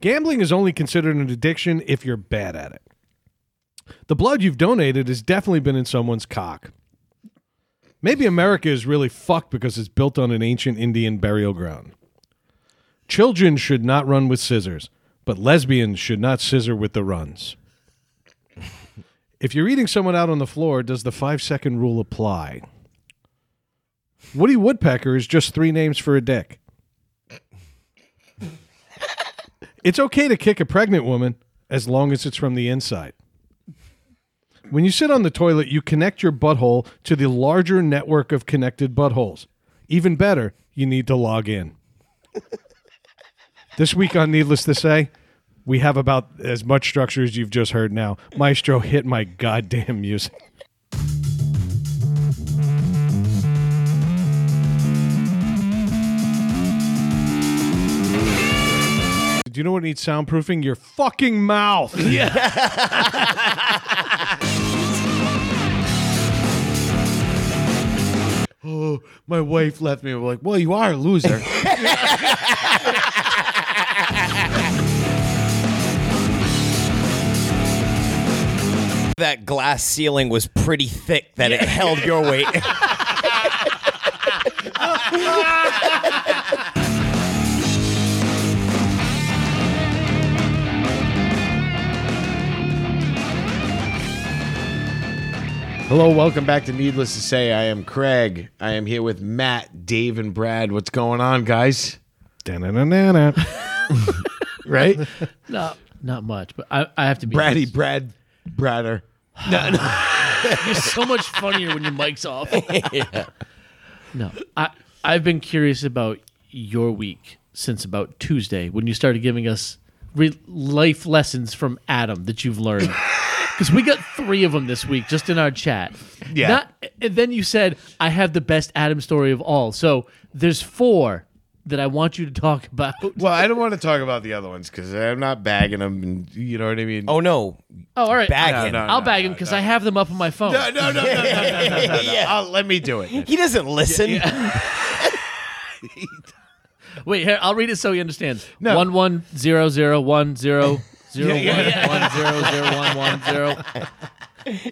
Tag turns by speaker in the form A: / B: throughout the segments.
A: Gambling is only considered an addiction if you're bad at it. The blood you've donated has definitely been in someone's cock. Maybe America is really fucked because it's built on an ancient Indian burial ground. Children should not run with scissors, but lesbians should not scissor with the runs. If you're eating someone out on the floor, does the five second rule apply? Woody Woodpecker is just three names for a dick. It's okay to kick a pregnant woman as long as it's from the inside. When you sit on the toilet, you connect your butthole to the larger network of connected buttholes. Even better, you need to log in. this week on Needless to Say, we have about as much structure as you've just heard now. Maestro hit my goddamn music. Do you know what needs soundproofing? Your fucking mouth.
B: Oh, my wife left me. We're like, well, you are a loser.
C: That glass ceiling was pretty thick that it held your weight.
B: Hello, welcome back to Needless to Say. I am Craig. I am here with Matt, Dave, and Brad. What's going on, guys?
A: Da-na-na-na-na.
B: Right?
D: No, not much. But I, I have to be.
B: Braddy,
D: honest.
B: Brad, Bradder.
D: You're so much funnier when your mic's off. No, I I've been curious about your week since about Tuesday when you started giving us re- life lessons from Adam that you've learned. Because we got three of them this week just in our chat.
B: Yeah.
D: Not, and then you said, I have the best Adam story of all. So there's four that I want you to talk about.
B: Well, I don't want to talk about the other ones because I'm not bagging them. And you know what I mean?
C: Oh no,
D: Oh, all right.
C: bag
B: No,
C: him.
B: no.
D: I'll bag him because I have them up on my phone.
B: no, no, no, no, no, no, no, no.
C: Yeah.
B: I'll- let me do it.
C: He doesn't listen.
D: Wait, here, I'll read it so he understands.
B: No.
D: One one zero zero one zero zero one one zero zero one one zero.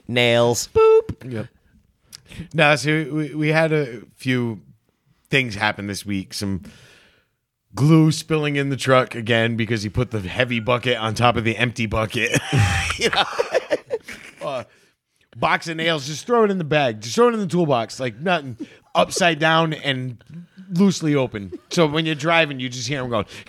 C: Nails.
B: No, so we, we had a few things happen this week. Some glue spilling in the truck again because he put the heavy bucket on top of the empty bucket. You know? Uh, box of nails, just throw it in the bag, just throw it in the toolbox, like nothing, upside down and loosely open. So when you're driving, you just hear him going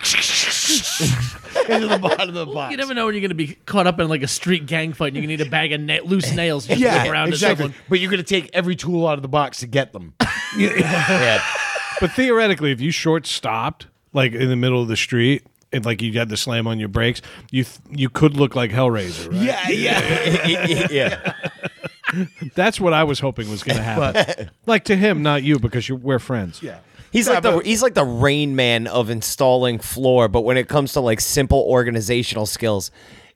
B: into the bottom of the box.
D: You never know when you're going to be caught up in like a street gang fight. and You're going to need a bag of na- loose nails to
B: yeah,
D: whip around
B: exactly.
D: at someone.
B: But you're gonna take every tool out of the box to get them.
C: Yeah.
A: But theoretically, if you short stopped like in the middle of the street and like you had to slam on your brakes, you th- you could look like Hellraiser. Right?
B: yeah, yeah.
C: yeah.
A: That's what I was hoping was going to happen. like to him, not you, because you we're friends. Yeah.
C: He's like the he's like the rain man of installing floor, but when it comes to like simple organizational skills,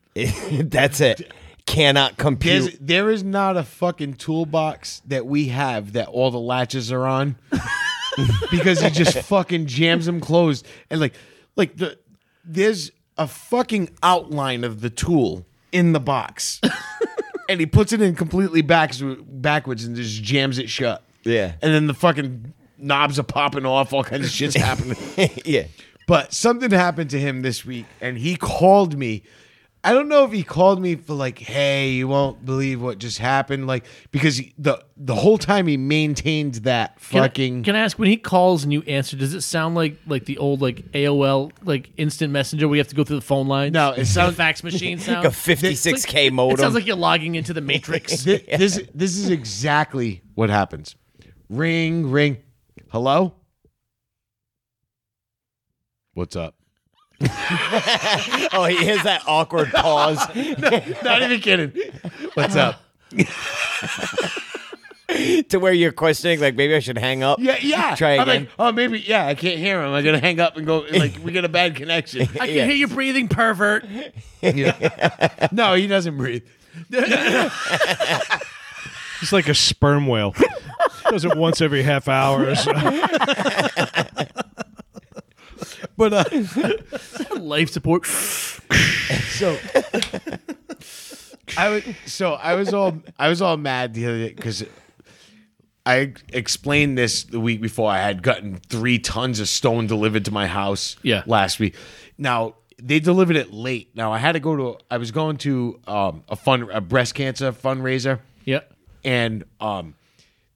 C: that's it. Cannot compute.
B: There's, there is not a fucking toolbox that we have that all the latches are on because he just fucking jams them closed and like like the there's a fucking outline of the tool in the box and he puts it in completely backs, backwards and just jams it shut
C: Yeah.
B: and then the fucking knobs are popping off all kinds of shit's happening
C: yeah.
B: but something happened to him this week, and he called me. I don't know if he called me for like, "Hey, you won't believe what just happened," like because he- the the whole time he maintained that
D: Can I-
B: fucking.
D: Can I ask when he calls and you answer? Does it sound like like the old like AOL like instant messenger? We have to go through the phone lines.
B: No, it
D: it sounds fax machine sound.
C: A 56k
D: It's like- It
C: modem.
D: sounds like you're logging into the matrix.
B: Thi- this this is exactly what happens. Ring ring, hello. What's up?
C: oh, he has that awkward pause.
B: Not even kidding. What's up?
C: to where you're questioning, like maybe I should hang up.
B: Yeah, yeah.
C: Try
B: I'm like,
C: again.
B: oh, maybe. Yeah, I can't hear him. I'm gonna hang up and go. Like, we got a bad connection.
D: I can
C: yeah.
D: hear you breathing, pervert.
B: no, he doesn't breathe.
A: He's like a sperm whale. Does it once every half hour or so.
C: But uh,
D: Life support.
B: So I was so I was all I was all mad the other day because I explained this the week before. I had gotten three tons of stone delivered to my house.
D: Yeah.
B: last week. Now they delivered it late. Now I had to go to I was going to um, a fun a breast cancer fundraiser
D: Yeah.
B: and um,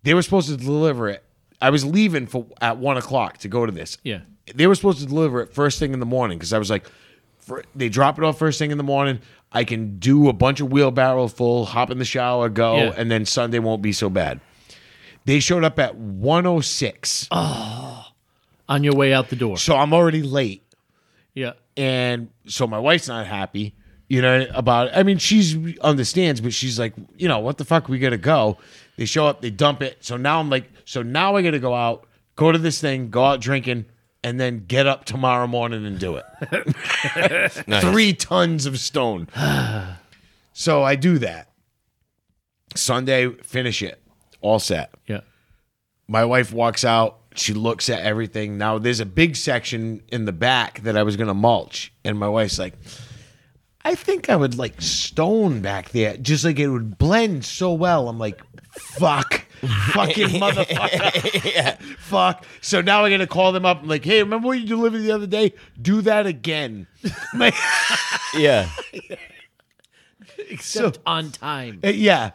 B: they were supposed to deliver it. I was leaving for at one o'clock to go to this.
D: Yeah.
B: they were supposed to deliver it first thing in the morning because I was like, for, they drop it off first thing in the morning. I can do a bunch of wheelbarrow full, hop in the shower, go,
D: Yeah.
B: and then Sunday won't be so bad. They showed up at one o six,
D: On your way out the door.
B: so I'm already late,
D: Yeah.
B: and so my wife's not happy. You know about? It. I mean, she's understands, but she's like, you know, what the fuck? We gotta go. They show up, they dump it. So now I'm like, so now I gotta go out, go to this thing, go out drinking, and then get up tomorrow morning and do it. three tons of stone. so I do that. Sunday, finish it. All set.
D: Yeah.
B: My wife walks out. She looks at everything. Now, there's a big section in the back that I was going to mulch. And my wife's like, I think I would like stone back there. Just like it would blend so well. I'm like, fuck. Fucking motherfucker. Fuck. So now I'm going to call them up. I'm like, hey, remember what you delivered the other day? Do that again. Like-
C: yeah,
D: Except on time.
B: Uh, Yeah.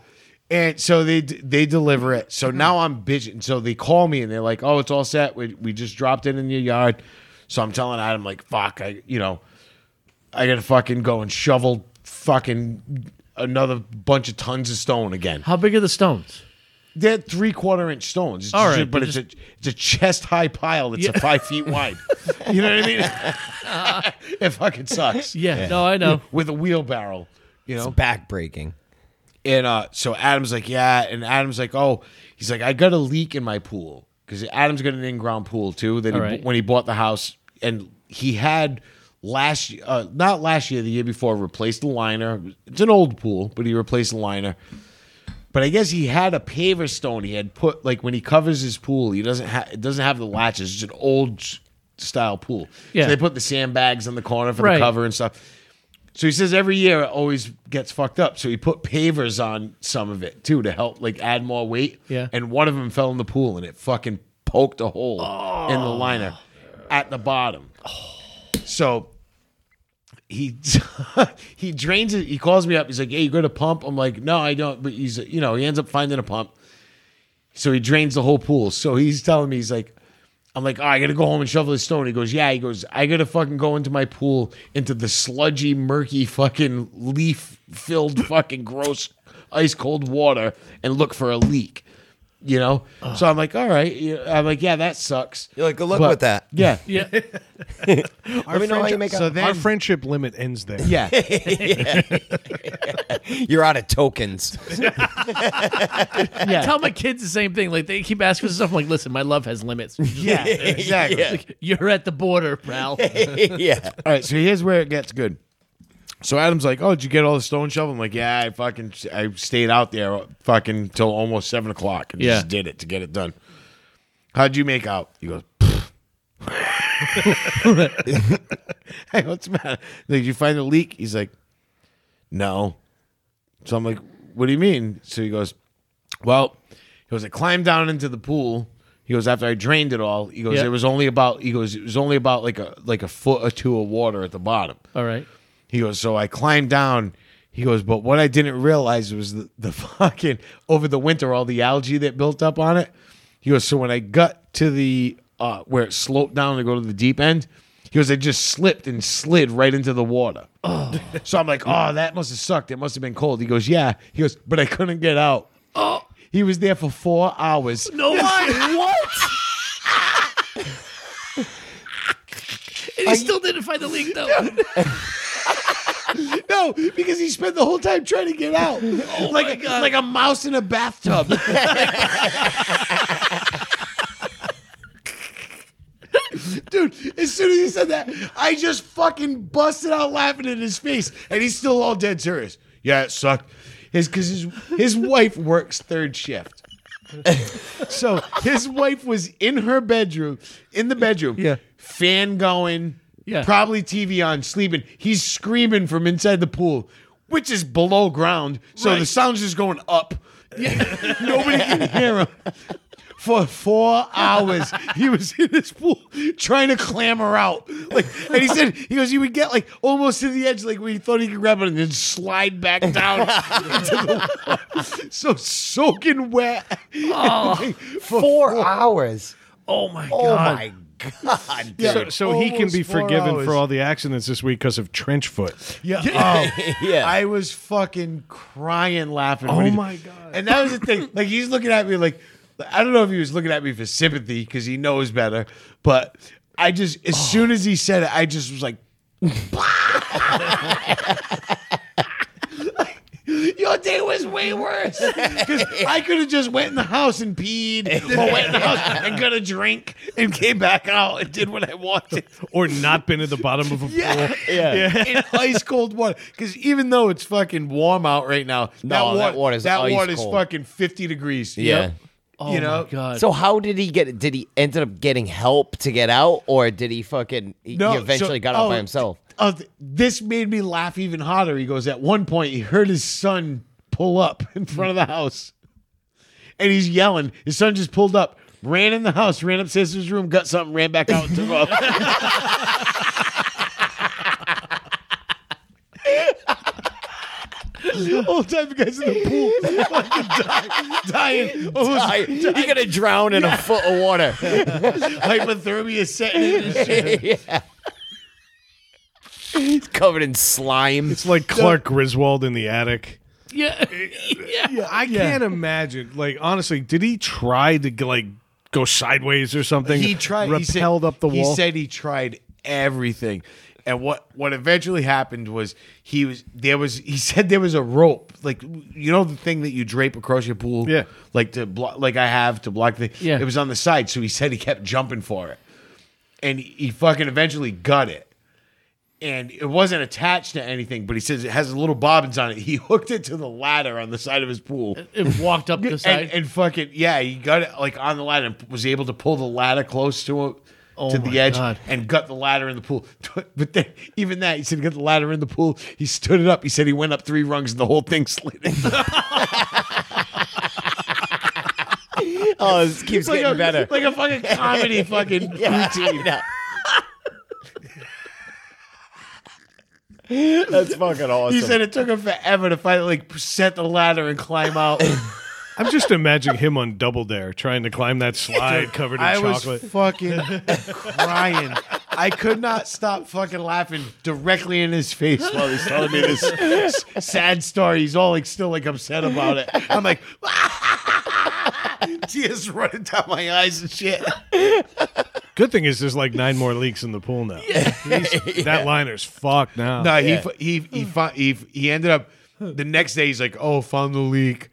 B: And so they d- they deliver it.
D: Mm-hmm.
B: So now I'm bitching. So they call me and they're like, "Oh, it's all set. We, we just dropped it in your yard." So I'm telling Adam like, "Fuck, I you know, I gotta fucking go and shovel fucking another bunch of tons of stone again.
D: How big are the stones?
B: They're three quarter inch stones, It's
D: All
B: just-
D: right,
B: but
D: but
B: it's a it's a chest high pile that's a five feet wide. You know what I mean? it fucking sucks
D: Yeah. No, I know.
B: with a wheelbarrow. You know,
C: it's back breaking.
B: and uh, so Adam's like, yeah. And Adam's like, oh, he's like, I got a leak in my pool because Adam's got an in-ground pool too. That he,
D: All right.
B: when he bought the house, and he had last, y- uh, not last year, the year before, replaced the liner. It's an old pool, but he replaced the liner. But I guess he had a paver stone. He had put like when he covers his pool, he doesn't have it doesn't have the latches. It's an old s- style pool.
D: Yeah.
B: So they put the sandbags on the corner for
D: Right.
B: the cover and stuff. So he says every year it always gets fucked up. So he put pavers on some of it too to help like add more weight.
D: Yeah.
B: And one of them fell in the pool and it fucking poked a hole in the liner at the bottom. So he he drains it. He calls me up. He's like, "Hey, you got a pump?" I'm like, "No, I don't." But he's you know he ends up finding a pump. So he drains the whole pool. So he's telling me he's like, "I'm like, oh, I gotta go home and shovel the stone." He goes, "Yeah." He goes, "I gotta fucking go into my pool into the sludgy, murky, fucking leaf filled, fucking gross, ice cold water and look for a leak." You know, so I'm like, all right. You- I'm like, yeah, that sucks.
C: You're like, good luck
B: But-
C: with that.
B: Yeah,
D: Yeah.
C: Let me know how you make
B: so
C: out.
A: Our
B: then,
A: friendship limit ends there.
B: yeah,
C: You're out of tokens.
D: I tell my kids the same thing. Like they keep asking for stuff. I'm like, listen, my love has limits.
B: yeah, exactly.
C: Yeah.
D: You're at the border, pal.
C: yeah.
B: All right, so here's where it gets good. So Adam's like, "Oh, did you get all the stone shovel?" I'm like, "Yeah, I fucking I stayed out there fucking till almost seven o'clock and
D: Yeah.
B: just did it to get it done." How'd you make out? He goes, "Pfft." "Hey, what's the matter? Like, you find a leak?" He's like, "No." So I'm like, "What do you mean?" So he goes, "Well," he goes, "I climbed down into the pool." He goes, "After I drained it all," he goes,
D: Yeah.
B: "It was only about," he goes, "It was only about like a like a foot or two of water at the bottom."
D: All right.
B: He goes, so I climbed down. He goes, but what I didn't realize was the, the fucking over the winter, all the algae that built up on it. He goes, so when I got to the uh, where it sloped down to go to the deep end, he goes, I just slipped and slid right into the water. So I'm like, oh, that must have sucked. It must have been cold. He goes, yeah. He goes, but I couldn't get out. Oh, he was there for four hours.
D: No way.
C: What?
D: And he still didn't find the leak though.
B: No, because he spent the whole time trying to get out, like a, like a mouse in a bathtub. Dude, as soon as he said that, I just fucking busted out laughing in his face, and he's still all dead serious. Yeah, it sucked. His because his his wife works third shift. So his wife was in her bedroom, in the bedroom.
A: Yeah.
B: fan going,
D: Yeah.
B: probably TV on, sleeping. He's screaming from inside the pool, which is below ground, so the
D: Right.
B: sound's just going up. Nobody can hear him. For four hours, he was in this pool trying to clamber out. Like, and he said, he goes, he would get like almost to the edge, like where he thought he could grab it, and then slide back down into the water. So soaking wet.
A: Oh,
B: Like, for
C: Four hours.
D: Oh my
C: Oh
D: god!
C: my god.
B: Yeah.
A: So, so he can be
B: Almost four
A: forgiven for
B: hours.
A: all the accidents this week because of trench foot.
B: Yeah. Oh,
C: Yeah.
B: I was fucking crying laughing.
A: Oh
B: when he-
A: my God.
B: And that was the thing. Like he's looking at me like I don't know if he was looking at me for sympathy because he knows better, but I just
A: Oh.
B: as soon as he said it, I just was like, Your day was way worse because I could have just went in the house and peed, or went in the house and got a drink, and came back out and did what I wanted.
A: Or not been at the bottom of a pool.
B: Yeah,
C: Yeah.
B: in ice cold water. Because even though it's fucking warm out right now,
C: No,
B: that,
C: that
B: wa-
C: water's
B: that
C: ice
B: water's
C: cold.
B: fucking fifty degrees.
C: Yeah.
B: Yep.
D: Oh
B: you know.
D: my god!
C: So how did he get? Did he end up getting help to get out, or did he fucking? he-
B: No,
C: he eventually
B: so-
C: got out
B: oh,
C: by himself.
B: Oh, th- this made me laugh even harder. He goes, at one point, he heard his son pull up in front of the house, and he's yelling. His son just pulled up, ran in the house, ran upstairs to his room, got something, ran back out, and took off. All the time, the guys in the pool, fucking die- dying, almost
C: I, you gonna drown in a foot of water.
B: hypothermia setting in and shit.
C: yeah. He's covered in slime.
A: It's like Clark Griswold in the attic.
D: yeah,
A: Yeah, I can't imagine. Like honestly, did he try to g- like go sideways or something?
B: He tried.
A: repelled
B: he said,
A: up the wall.
B: He said he tried everything, and what what eventually happened was he was there was he said there was a rope like you know the thing that you drape across your pool,
A: Yeah.
B: like to block like I have to block the
D: Yeah.
B: It was on the side, so he said he kept jumping for it, and he, he fucking eventually got it. And it wasn't attached to anything, but he says it has little bobbins on it. He hooked it to the ladder on the side of his pool.
D: it walked up the side.
B: And, and fucking yeah, he got it like on the ladder and was able to pull the ladder close to him to
D: my
B: the edge
D: God.
B: and gut the ladder in the pool. But then even that, he said he got the ladder in the pool. He stood it up. He said he went up three rungs and the whole thing slid. in.
C: Oh, this keeps
B: like,
C: getting
B: a,
C: better.
B: like a fucking comedy fucking
C: Yeah,
B: routine.
C: I know. That's fucking awesome.
B: He said it took him forever to finally like set the ladder and climb out.
A: I'm just imagining him on Double Dare trying to climb that slide covered in
B: I
A: chocolate.
B: was fucking crying. I could not stop fucking laughing directly in his face while he's telling me this s- sad story. He's all like still like upset about it. I'm like, tears running down my eyes and shit.
A: Good thing is there's like nine more leaks in the pool now. He's- That liner's fucked now.
B: No, he f- he he found, he f- he ended up the next day. He's like, oh, found the leak.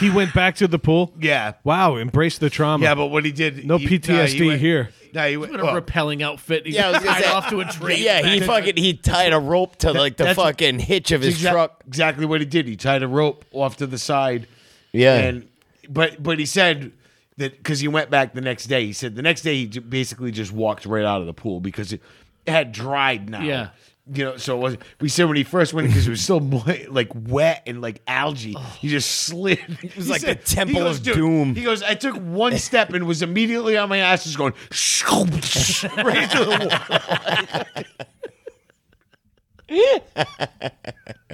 A: He went back to the pool.
B: Yeah.
A: Wow, embrace the trauma.
B: Yeah, but what he did,
A: No
B: he-
A: PTSD
B: went-
A: here.
B: Nah, he went,
D: what a
B: well,
D: repelling outfit. He's
C: Yeah, I was gonna
D: tied
C: say-
D: off to a tree.
C: yeah, he
D: Back-
C: fucking he tied a rope to like the
B: that's-
C: fucking hitch of his
B: Exac-
C: truck.
B: Exactly what he did. He tied a rope off to the side.
C: Yeah.
B: And but but he said that because he went back the next day. He said the next day he j- basically just walked right out of the pool because it had dried now.
D: Yeah.
B: You know, so it was, we said when he first went because it was still mo- like wet and like algae. He just slid. It
C: was like the temple of doom.
B: He goes, I took one step and was immediately on my ass, just going right into the wall.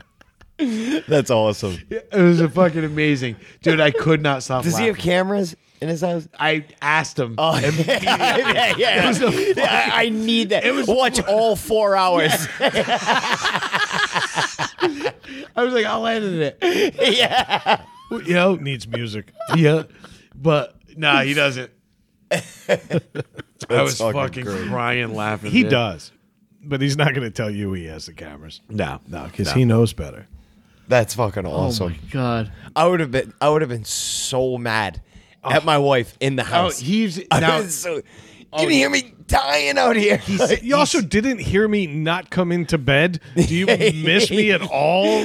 C: That's awesome.
B: It was a fucking amazing, dude. I could not stop.
C: Does he
B: laughing.
C: have cameras in his house?
B: I asked him.
A: Oh.
C: yeah, yeah. I, I need that.
B: was-
C: Watch all four hours.
B: I was like, I'll edit it.
C: yeah.
B: You know?
A: Needs music.
B: Yeah. But nah, he doesn't. I was
C: fucking
B: fucking, crying laughing.
A: He
B: dude.
A: does. But he's not going to tell you he has the cameras.
B: No,
A: No, because he knows better.
C: That's fucking
D: Oh my
C: awesome.
D: god!
C: I would have been I would have been so mad at my wife in the
B: Oh,
C: house.
B: he's
C: I
B: now.
C: was so- you didn't hear me dying out here.
A: You also didn't hear me not come into bed. Do you miss me at all?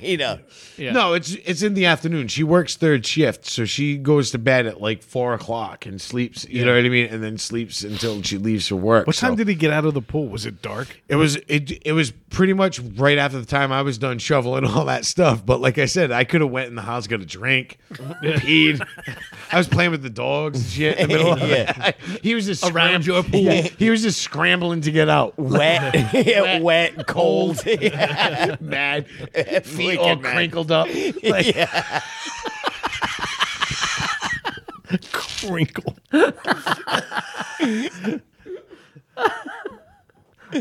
C: you know,
D: Yeah.
B: No, it's it's in the afternoon. She works third shift, so she goes to bed at like four o'clock and sleeps. You know what I mean? And then sleeps until she leaves for work.
A: What
B: so-
A: time did he get out of the pool? Was it dark?
B: It was it it was pretty much right after the time I was done shoveling all that stuff. But like I said, I could have went in the house, got a drink, peed. I was playing with the dogs and shit in the middle of
C: Yeah.
B: it. He was just
D: Around your pool.
B: He was just scrambling to get out.
C: wet, wet, cold.
B: Mad. Feet
C: Freaking
B: all
C: mad.
B: crinkled up. Like,
A: Wrinkle.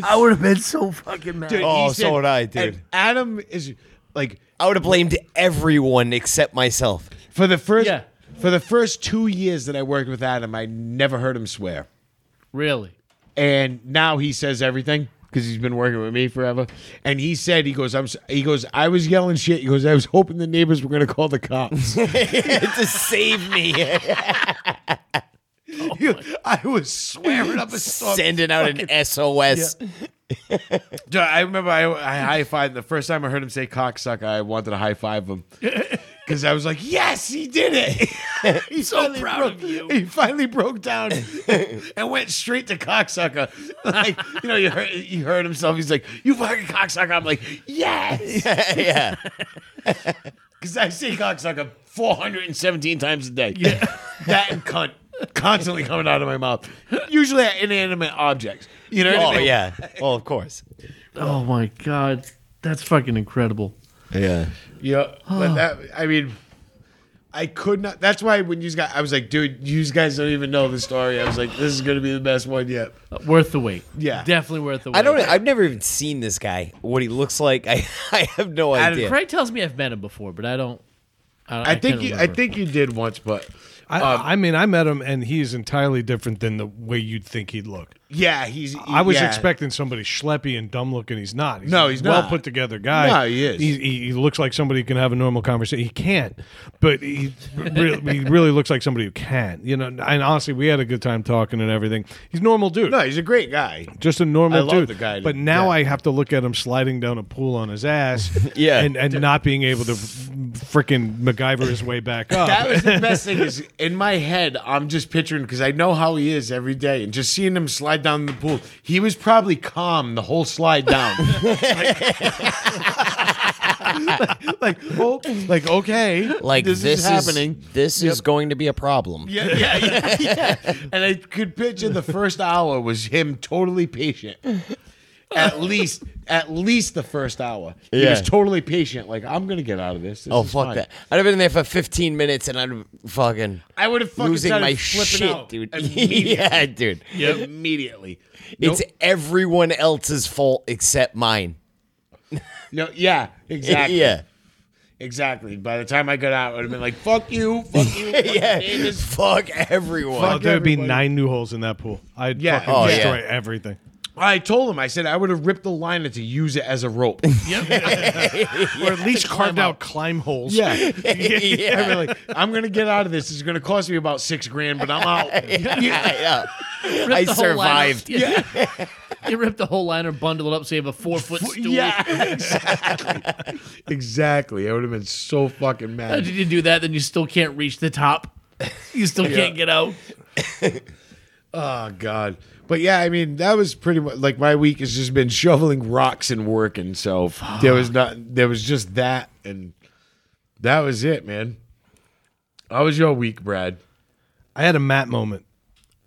D: I would have been so fucking mad.
B: dude, he
C: Oh, so
B: said-
C: would I,
B: and
C: dude.
B: Adam is like
C: I would have blamed everyone except myself.
B: for the first
D: Yeah.
B: for the first two years that I worked with Adam, I never heard him swear.
D: Really?
B: and now he says everything because he's been working with me forever. And he said, he goes, I'm, s- he goes, I was yelling shit. He goes, I was hoping the neighbors were gonna call the cops.
D: Oh
C: to save me,
B: He goes, I was swearing up a storm.
C: sending out an SOS.
B: Dude, I remember I, I high fived the first time I heard him say cocksucker. I wanted to high five him because I was like, yes, he did it. He's so
D: proud of you.
B: He finally broke down and went straight to cocksucker. Like you know, you heard, you heard himself. He's like, you fucking cocksucker. I'm like, yes.
C: yeah,
B: Because I say cocksucker 417 times a day. Yeah. that and cunt constantly coming out of my mouth. Usually at inanimate objects. You know
C: oh
B: what I mean?
C: yeah. Well, of course.
D: Oh my god, that's fucking incredible.
C: Yeah.
B: Yeah. But that, I mean, I could not. That's why when you guys, I was like, dude, you guys don't even know the story. I was like, this is going to be the best one yet.
D: Uh, worth the wait.
B: Yeah.
D: definitely worth the wait.
C: I don't. I've never even seen this guy. What he looks like, I, I have no
B: Adam
C: idea.
D: Craig tells me I've met him before, but I don't. I, don't-
B: I,
D: I
B: think
D: can't
B: you, I
D: remember.
B: think you did once, but
A: I,
B: Um,
A: I mean, I met him, and he is entirely different than the way you'd think he'd look.
B: yeah, he's.
A: I was
B: yeah.
A: expecting somebody schleppy and dumb looking. He's not. He's
B: No,
A: a
B: he's
A: well
B: not.
A: put together guy.
B: No, he is.
A: He, he, he looks like somebody who can have a normal conversation. He can't, but he really, he really looks like somebody who can. You know, and honestly, we had a good time talking and everything. He's a normal dude.
B: No, he's a great guy.
A: Just a normal
B: I
A: dude.
B: love the guy.
A: But now
B: Yeah.
A: I have to look at him sliding down a pool on his ass
C: Yeah.
A: and, and not being able to freaking MacGyver his way back up.
B: That was the best thing is in my head, I'm just picturing because I know how he is every day, and just seeing him slide down the pool, he was probably calm the whole slide down. like, like, oh, like okay,
C: like
B: this, is happening.
C: this is going to be a problem.
B: yeah, yeah, yeah, yeah. And I could picture the first hour was him totally patient. At least, at least the first hour, he
C: Yeah.
B: was totally patient. Like, I'm gonna get out of this. This
C: Oh
B: is
C: fuck
B: fine.
C: that! I'd have been there for 15 minutes and I'd fucking
B: I would have fucking
C: losing
B: started
C: my
B: flipping
C: shit,
B: out
C: dude.
B: immediately.
C: yeah, dude.
B: immediately.
C: It's everyone else's fault except mine.
B: No, yeah, exactly.
C: Yeah,
B: exactly. By the time I got out, I would have been like, "Fuck you, fuck you." fuck
C: yeah.
B: Davis, fuck-
C: Fuck everyone.
A: Oh,
B: Fuck
A: there'd be
B: everybody.
A: nine new holes in that pool. I'd
B: Yeah.
A: fucking
C: Oh, yeah.
A: destroy everything.
B: I told him. I said I would have ripped the liner to use it as a rope.
A: Or at least carved out climb holes.
B: yeah.
C: yeah.
B: I'd be like, I'm gonna get out of this. It's gonna cost me about six grand, but I'm out.
C: yeah.
D: Rip
C: I
D: the whole liner-
C: survived.
D: Yeah. you ripped the whole liner, bundle it up, so you have a four foot stool.
B: yeah, exactly. exactly. I would have been so fucking
D: How
B: mad.
D: did you do that? Then you still can't reach the top. You still can't get out.
B: Oh god. But yeah, I mean that was pretty much like my week has just been shoveling rocks and working. So there was not there was just that and that was it, man. How was your week, Brad?
A: I had a Matt moment.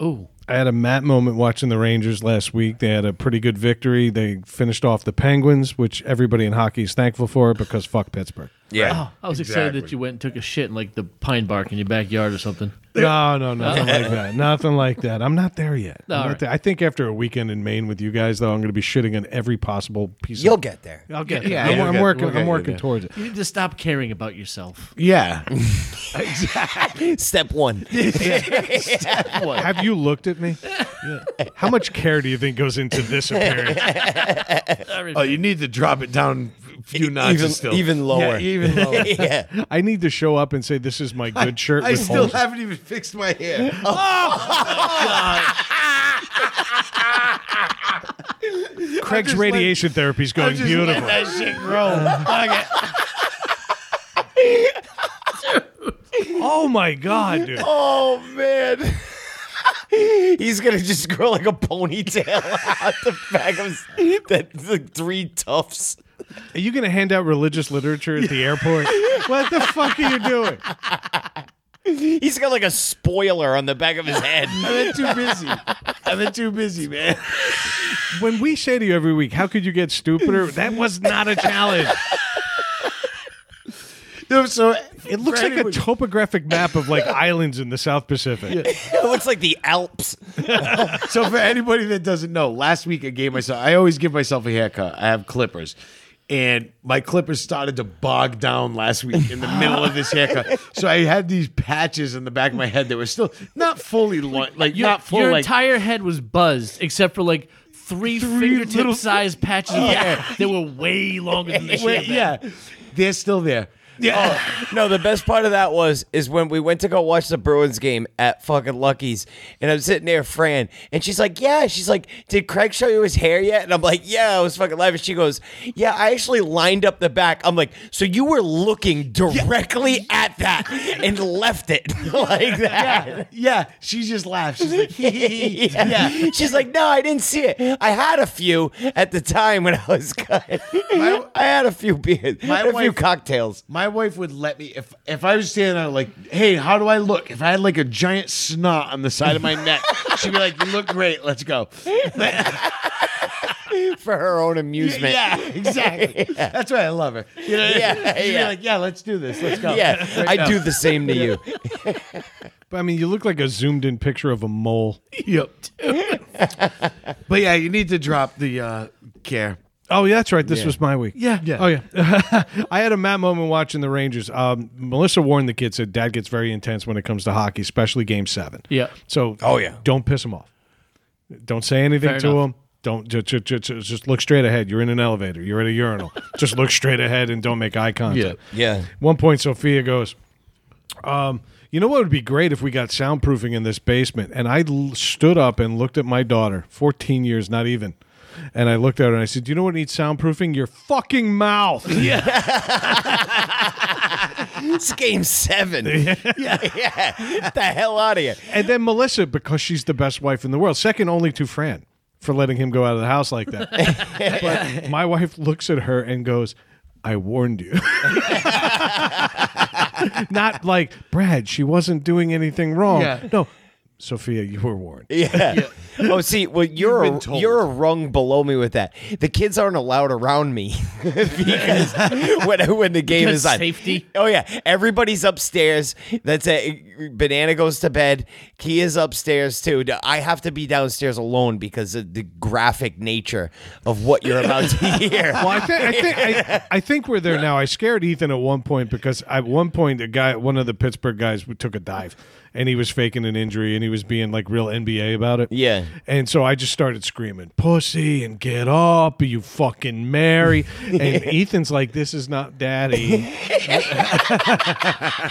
D: Ooh.
A: I had a Matt moment watching the Rangers last week. They had a pretty good victory. They finished off the Penguins, which everybody in hockey is thankful for because fuck Pittsburgh.
C: Yeah.
D: I was excited that
B: Exactly.
D: you went and took a shit in like the pine bark in your backyard or something.
A: No, no, nothing like that. Nothing like that. I'm not there yet. I'm
D: All
A: not
D: right.
A: there. I think after a weekend in Maine with you guys, though, I'm going to be shitting on every possible piece.
C: You'll
A: of
C: get there.
A: I'll get.
B: Yeah,
A: I'm,
B: you'll
A: I'm
B: get-
A: working.
B: we'll get
A: I'm
B: you
A: working
B: there.
A: towards it.
D: You need to stop caring about yourself.
B: Yeah.
C: Step one.
A: Have you looked at me? How much care do you think goes into this appearance?
B: oh, you need to drop it down a few notches
C: E-, even
B: still.
C: even lower.
B: Yeah, even lower.
C: yeah.
A: I need to show up and say this is my good shirt.
B: I
A: with
B: still
A: holes.
B: haven't even fixed my hair.
A: Craig's
B: just letting-
A: radiation therapy is going beautiful.
B: that shit grow.
A: Oh my god, dude!
C: Oh man. He's gonna just grow like a ponytail out the back of his, that the three tufts.
A: Are you gonna hand out religious literature at the airport? what the fuck are you doing?
C: He's got like a spoiler on the back of his head.
B: I've been too busy. I've been too busy, man.
A: When we say to you every week, "How could you get stupider?" That was not a challenge.
B: No, so
A: It looks like a
B: Granted,
A: topographic map of like islands in the South Pacific.
C: It looks like the Alps.
B: so for anybody that doesn't know, last week I gave myself. I always give myself a haircut. I have clippers, and my clippers started to bog down last week in the middle of this haircut. So I had these patches in the back of my head that were still not fully lo- like
D: Your,
B: not full
D: your
B: like
D: entire head was buzzed except for like three, fingertip sized patches of hair that were way longer than they should
B: Wait,
D: have been.
B: yeah. They're still there. Yeah.
C: No, the best part of that was is when we went to go watch the Bruins game at fucking Lucky's, and I'm sitting there, Fran, and she's like, "Yeah," she's like, "Did Craig show you his hair yet?" And I'm like, "Yeah, I was fucking live." And she goes, "Yeah, I actually lined up the back." I'm like, "So you were looking directly at that and left it like
B: Yeah.
C: that?"
B: Yeah. She just laughed. She's like, hee hee. hee.
C: Yeah.
B: Yeah.
C: She's like, no, I didn't see it. I had a few at the time when I was cut. I had a few beers, I had a few
B: wife-
C: cocktails.
B: My wife would let me if if I was standing there like, hey, how do I look? If I had like a giant snot on the side of my neck, she'd be like, You look great, let's go.
C: for her own amusement.
B: Yeah, exactly. That's why I love her. You know,
C: Yeah,
B: she'd
C: yeah.
B: be like, Yeah, let's do this. Let's go.
C: Yeah,
B: Right
C: I
B: now.
C: do the same to you.
A: But I mean, you look like a zoomed-in picture of a mole.
B: Yep. but yeah, you need to drop the uh care.
A: Oh yeah, that's right. This was my week.
B: Yeah. Yeah.
A: Oh yeah. I had a Matt moment watching the Rangers. Um, Melissa warned the kids that Dad gets very intense when it comes to hockey, especially Game Seven.
D: Yeah.
A: So. Oh yeah. Don't piss him off. Don't say anything
D: Fair
A: to
D: enough.
A: him. Don't just, just, just look straight ahead. You're in an elevator. You're at a urinal. just look straight ahead and don't make eye contact.
C: Yeah.
A: One point, Sophia goes. Um, you know what would be great if we got soundproofing in this basement? And I l- stood up and looked at my daughter, 14 years, not even. And I looked at her and I said, You know what needs soundproofing? Your fucking mouth.
C: It's game seven. Yeah. yeah. Get the hell out of here.
A: and then Melissa, because she's the best wife in the world, second only to Fran for letting him go out of the house like that. but my wife looks at her and goes, I warned you. Not like, Brad, she wasn't doing anything wrong.
B: Yeah.
A: No, Sophia, you were warned.
C: Yeah. Oh, see, well, you're
B: been
C: a,
B: told.
C: you're a rung below me with that. The kids aren't allowed around me because when, when the game
D: Because
C: is on.
D: safety.
C: Oh yeah, everybody's upstairs. That's it. Banana goes to bed. Key is upstairs too. I have to be downstairs alone because of the graphic nature of what you're about to hear.
A: Well, I, think I, think I, I think we're there now. I scared Ethan at one point because at one point a guy, one of the Pittsburgh guys, w- took a dive, and he was faking an injury and he was being like real NBA about it.
C: Yeah.
A: And so I just started screaming, "Pussy!" and "Get up!" You fucking Mary! And Ethan's like, "This is not daddy."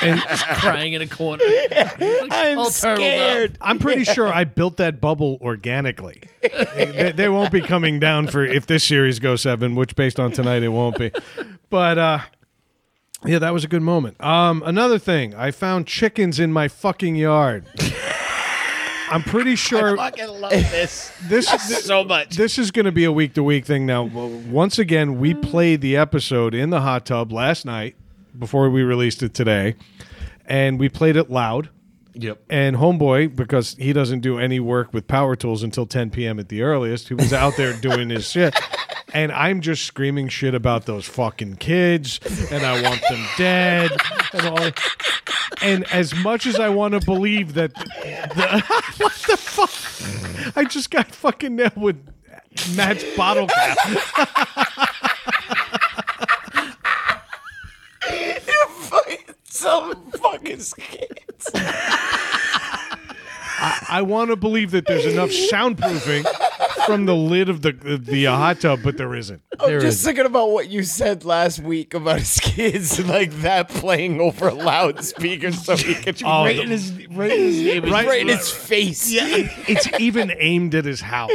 A: and
D: Crying in a corner.
C: I'm
D: All turtled up.
C: scared.
A: I'm pretty sure I built that bubble organically. they, they won't be coming down for if this series goes seven, which based on tonight it won't be. But uh, yeah, that was a good moment. Um, another thing, I found chickens in my fucking yard. I'm pretty sure
B: fucking love this
A: this is
B: so much.
A: this is going to be a week to week thing now. Well, Once again, we played the episode in the hot tub last night before we released it today, and we played it loud.
B: Yep.
A: And homeboy, because he doesn't do any work with power tools until 10 p.m. at the earliest, he was out there doing his shit. And I'm just screaming shit about those fucking kids, and I want them dead, and all. And as much as I want to believe that, the, what the fuck? I just got fucking nailed with match bottle cap.
C: Some fucking kids.
A: I want to believe that there's enough soundproofing from the lid of the the hot tub, but there isn't.
C: I'm just thinking about what you said last week about his kids, like that playing over loudspeakers so he could
A: Oh,
D: right
A: the-
D: in his right in his neighbor's-
A: Right-
C: right in his face.
A: it's even aimed at his house.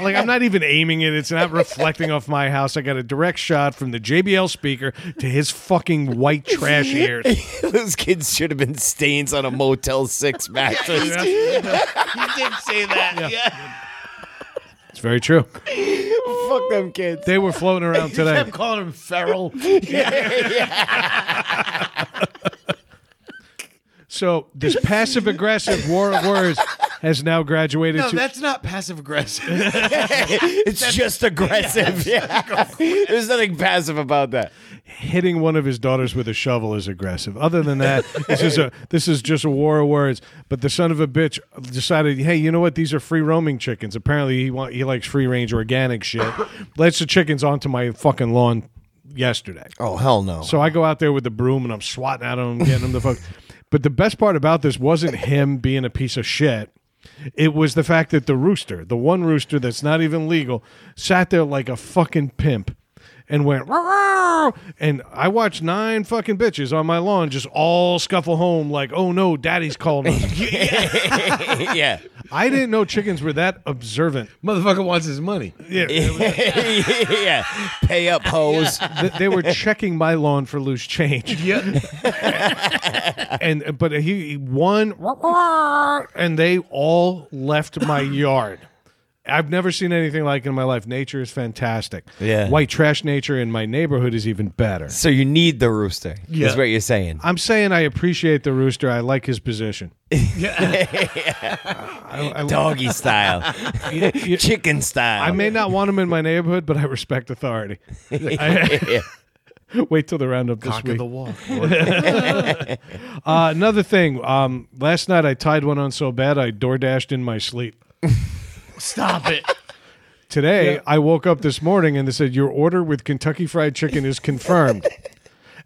A: Like I'm not even aiming it. It's not reflecting off my house. I got a direct shot from the JBL speaker to his fucking white trash ears.
C: Those kids should have been stains on a Motel 6 mattress.
B: You did say that. Yeah.
A: It's very true.
C: Fuck them kids.
A: They were floating around today.
B: I'm calling him feral.
A: So this passive aggressive war of words has now graduated
B: No,
A: to
B: that's not passive aggressive.
C: It's just aggressive. Yeah. There's nothing passive about that.
A: hitting one of his daughters with a shovel is aggressive. Other than that, this is a this is just a war of words. But the son of a bitch decided, hey, you know what? These are free roaming chickens. Apparently, he want, he likes free range organic shit. Lets the chickens onto my fucking lawn yesterday.
C: Oh, hell no.
A: So I go out there with the broom and I'm swatting at him, getting him the fuck. But the best part about this wasn't him being a piece of shit. It was the fact that the rooster, the one rooster that's not even legal, sat there like a fucking pimp and went, "Row, row." and I watched nine fucking bitches on my lawn just all scuffle home like, oh no, daddy's calling. us."
C: yeah.
A: I didn't know chickens were that observant.
B: Motherfucker wants his money.
C: yeah. Pay up, hoes.
A: Th- They were checking my lawn for loose change.
B: Yeah.
A: and but he he won and they all left my yard i've never seen anything like it in my life nature is fantastic
C: Yeah.
A: white trash nature in my neighborhood is even better
C: So you need the rooster.
B: Yeah.
C: Is what you're saying.
A: i'm saying i appreciate the rooster i like his position
C: Doggy style. Chicken style.
A: i may not want him in my neighborhood but i respect authority I- wait till the roundup this
B: Cock
A: week
B: of the wall.
A: Uh, another thing um, last night i tied one on so bad i door dashed in my sleep
D: Stop it.
A: Today, I woke up this morning and they said, Your order with Kentucky Fried Chicken is confirmed.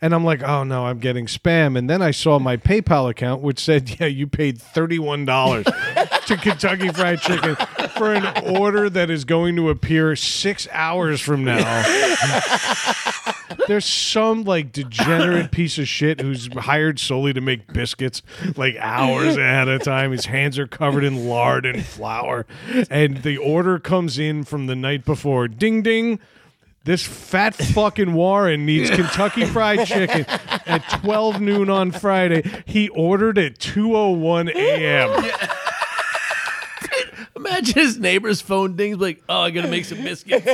A: and I'm like, Oh no, I'm getting spam. And then I saw my PayPal account, which said, Yeah, you paid $31 to Kentucky Fried Chicken for an order that is going to appear six hours from now. There's some like degenerate piece of shit who's hired solely to make biscuits like hours ahead of time. His hands are covered in lard and flour. And the order comes in from the night before. Ding ding. This fat fucking Warren needs Kentucky Fried Chicken at 12 noon on Friday. He ordered at 2:01 a.m.
D: Imagine his neighbor's phone dings like, "Oh, I gotta make some biscuits."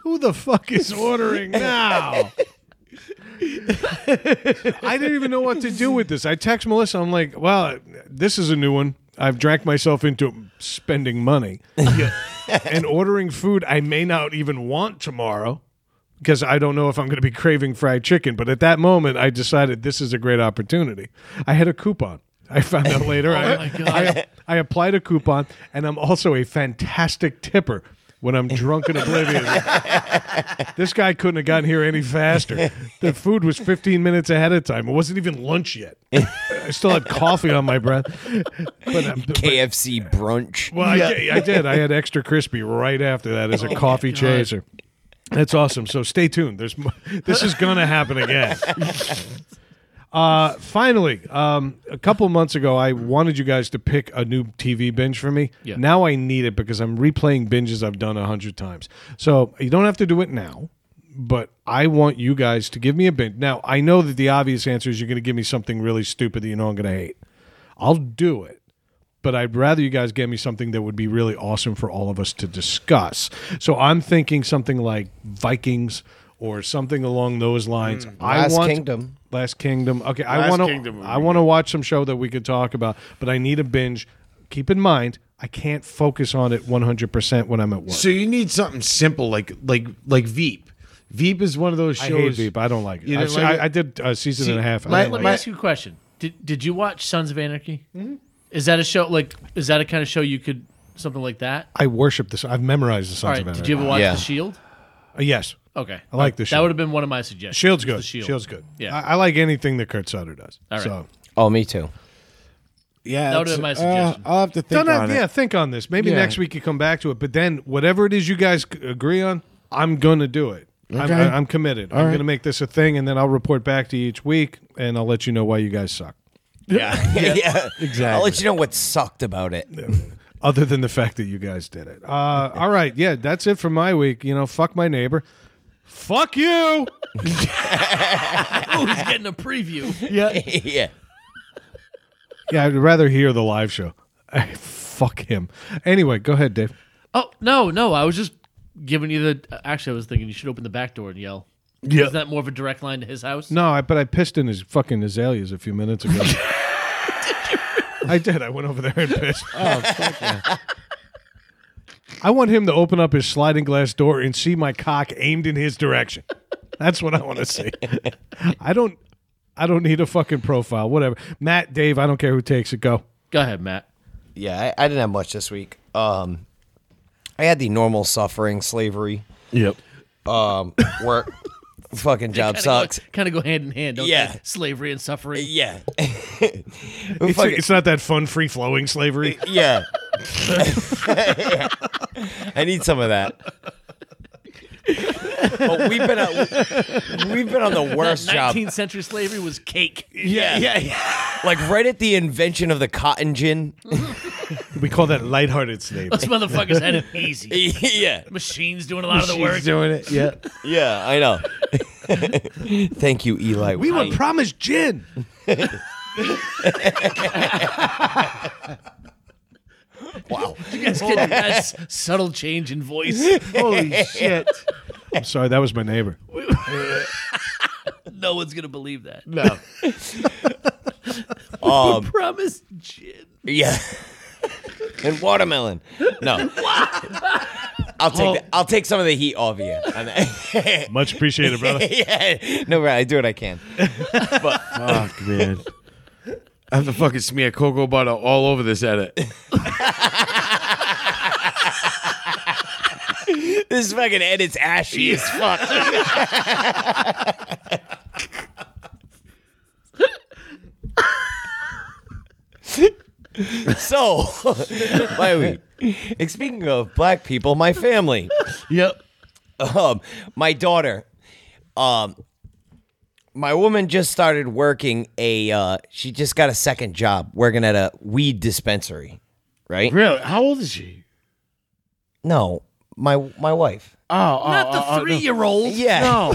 A: Who the fuck is ordering now? I didn't even know what to do with this. I text Melissa. I'm like, "Well, this is a new one. I've drank myself into spending money and ordering food I may not even want tomorrow." because I don't know if I'm going to be craving fried chicken. But at that moment, I decided this is a great opportunity. I had a coupon. I found out later. I,
D: Oh my God.
A: I, I applied a coupon, and I'm also a fantastic tipper when I'm drunk and oblivious. this guy couldn't have gotten here any faster. The food was 15 minutes ahead of time. It wasn't even lunch yet. I still had coffee on my breath. But, um, but-
C: KFC brunch.
A: well, I, did- I did. I had extra crispy right after that as a coffee chaser. That's awesome. So stay tuned. There's mo- this is gonna happen again. Uh, finally, um, a couple months ago, I wanted you guys to pick a new TV binge for me.
D: Yeah.
A: Now I need it because I'm replaying binges I've done a hundred times. So you don't have to do it now, but I want you guys to give me a binge. Now I know that the obvious answer is you're going to give me something really stupid that you know I'm going to hate. I'll do it but I'd rather you guys get me something that would be really awesome for all of us to discuss. So I'm thinking something like Vikings or something along those lines. I
C: Last
A: want
C: Kingdom.
A: Last Kingdom. Okay, I
B: Mm. Last
A: want
B: Kingdom
A: to.
B: would
A: I
B: be
A: want to watch some show that we could talk about, but I need a binge. Keep in mind, I can't focus on it 100% when I'm at work.
B: So you need something simple like like like Veep. Veep is one of those
A: I
B: shows.
A: hate Veep. I don't like it.
B: You
A: I've
B: didn't
A: seen-
B: like
A: I,
B: it?
A: I did a season
B: See,
A: and a half. I
B: my-
A: didn't
D: Let
A: like
D: me
A: it.
D: ask you a question. Did Did you watch Sons of Anarchy?
C: Mm-hmm.
D: Is that a show like? Is that a kind of show you could something like that?
A: I worship this. I've memorized the
D: All
A: Sons of
D: right. Did
A: Anarchy.
D: you ever watch
C: Yeah.
D: The Shield?
A: Uh, yes.
D: Okay.
A: I like The
D: That
A: Shield.
D: would have been one of my suggestions.
A: Shield's
D: was
A: good.
D: The Shield.
A: Shield's good.
D: Yeah.
A: I, I like anything that Kurt Sutter does.
D: right.
A: So
C: Oh, me too.
B: yeah,
D: That would've
B: that's-
D: been my
B: uh,
D: suggestion.
B: I'll have to think
A: Don't have,
B: on it.
A: yeah, think on this. Maybe
B: Yeah.
A: next week you come back to it. But then whatever it is you guys c- agree on, I'm gonna do it. I'm,
B: Okay.
A: I- I'm committed. I'm
B: right.
A: gonna make this a thing, and then I'll report back to you each week, and I'll let you know why you guys suck.
C: Yeah, yeah, I'll
B: exactly.
C: let you know what sucked about it.
A: Other than the fact that you guys did it. Uh, all right, yeah, that's it for my week. You know, fuck my neighbor. Fuck you.
D: Oh, he's getting a preview.
C: yeah.
A: yeah, I'd rather hear the live show. fuck him. Anyway, go ahead, Dave.
D: Oh no, no, I was just giving you the. Actually, I was thinking you should open the back door and yell.
B: Yeah.
D: Is that more of a direct line to his house?
A: No, I, but I pissed in his fucking azaleas a few minutes ago. I did. I went over there and pissed. Oh, fuck yeah. I want him to open up his sliding glass door and see my cock aimed in his direction. That's what I want to see. I don't. I don't need a fucking profile. Whatever. Matt, Dave, I don't care who takes it. Go.
D: Go ahead, Matt.
C: yeah I, I didn't have much this week um i had the normal suffering slavery
B: Yep.
C: um work fucking job sucks
D: Kind of go hand in hand. Don't
C: Yeah.
D: they? slavery and suffering.
C: yeah
A: It's,
C: fucking-
A: it's not that fun, free flowing slavery.
C: yeah i need some of that but we've been on, we've been on the worst job
D: 19th century slavery was cake.
C: yeah. yeah like right at the invention of the cotton gin
A: We call that lighthearted slavery.
D: Those motherfuckers had it easy.
C: yeah
D: Machines doing a lot of the work.
B: She's doing it. Yeah.
C: yeah i know thank you eli
A: We were
C: White.
A: promised gin.
C: wow
D: You guys get that s- subtle change in voice.
B: Holy shit.
A: I'm sorry, that was my neighbor.
D: No one's gonna believe that.
B: No.
C: Um,
D: Promise gin.
C: Yeah. and watermelon. No. I'll take the, I'll take some of the heat off you. I'm-
A: Much appreciated, brother.
C: yeah. No, right. I do what I can.
B: Fuck, man. I have to fucking smear cocoa butter all over this edit.
C: This fucking edit's ashy as fuck. so, my week. And speaking of black people, my family.
B: Yep.
C: um, my daughter, um, my woman just started working a. Uh, she just got a second job working at a weed dispensary, right?
B: Really? How old is she?
C: No, my my wife.
B: Oh, oh,
D: Not the
B: oh, oh, no.
D: three-year-old.
C: Yeah.
B: No.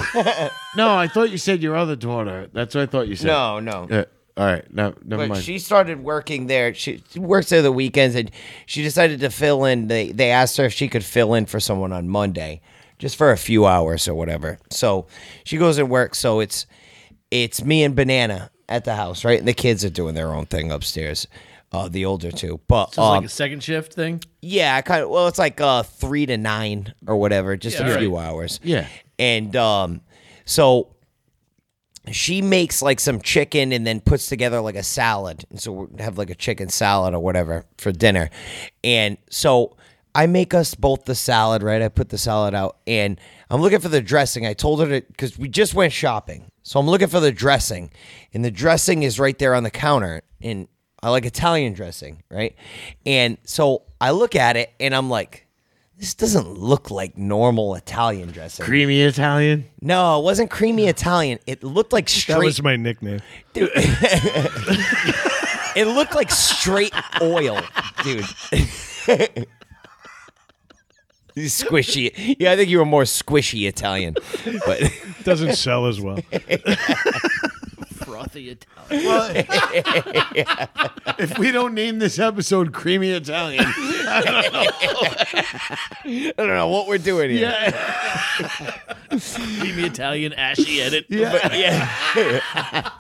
B: no, I thought you said your other daughter. That's what I thought you said.
C: No, no.
B: Yeah. all right. No, never
C: But
B: mind.
C: she started working there. She she works there the weekends, and she decided to fill in. They they asked her if she could fill in for someone on Monday, just for a few hours or whatever. So she goes and works. So it's it's me and Banana at the house, right? And the kids are doing their own thing upstairs, uh, the older two. But
D: So it's
C: um,
D: like a second shift thing.
C: yeah, I kind of well, it's like uh three to nine or whatever, just
D: Yeah,
C: a
D: all
C: few hours.
B: Yeah.
C: and um, so she makes like some chicken and then puts together like a salad, and so we have like a chicken salad or whatever for dinner, and so. I make us both the salad, right? I put the salad out and I'm looking for the dressing. I told her to, because we just went shopping. So I'm looking for the dressing and the dressing is right there on the counter. And I like Italian dressing, right? And so I look at it and I'm like, this doesn't look like normal Italian dressing.
B: Creamy Italian.
C: no, it wasn't creamy Italian. It looked like
A: That
C: straight.
A: was my nickname.
C: it looked like straight oil, dude. You squishy. Yeah, I think you were more squishy Italian, but
A: Doesn't sell as well.
D: Frothy Italian.
B: If we don't name this episode Creamy Italian,
C: I don't know what we're doing here.
D: Creamy Italian, ashy edit.
C: But yeah.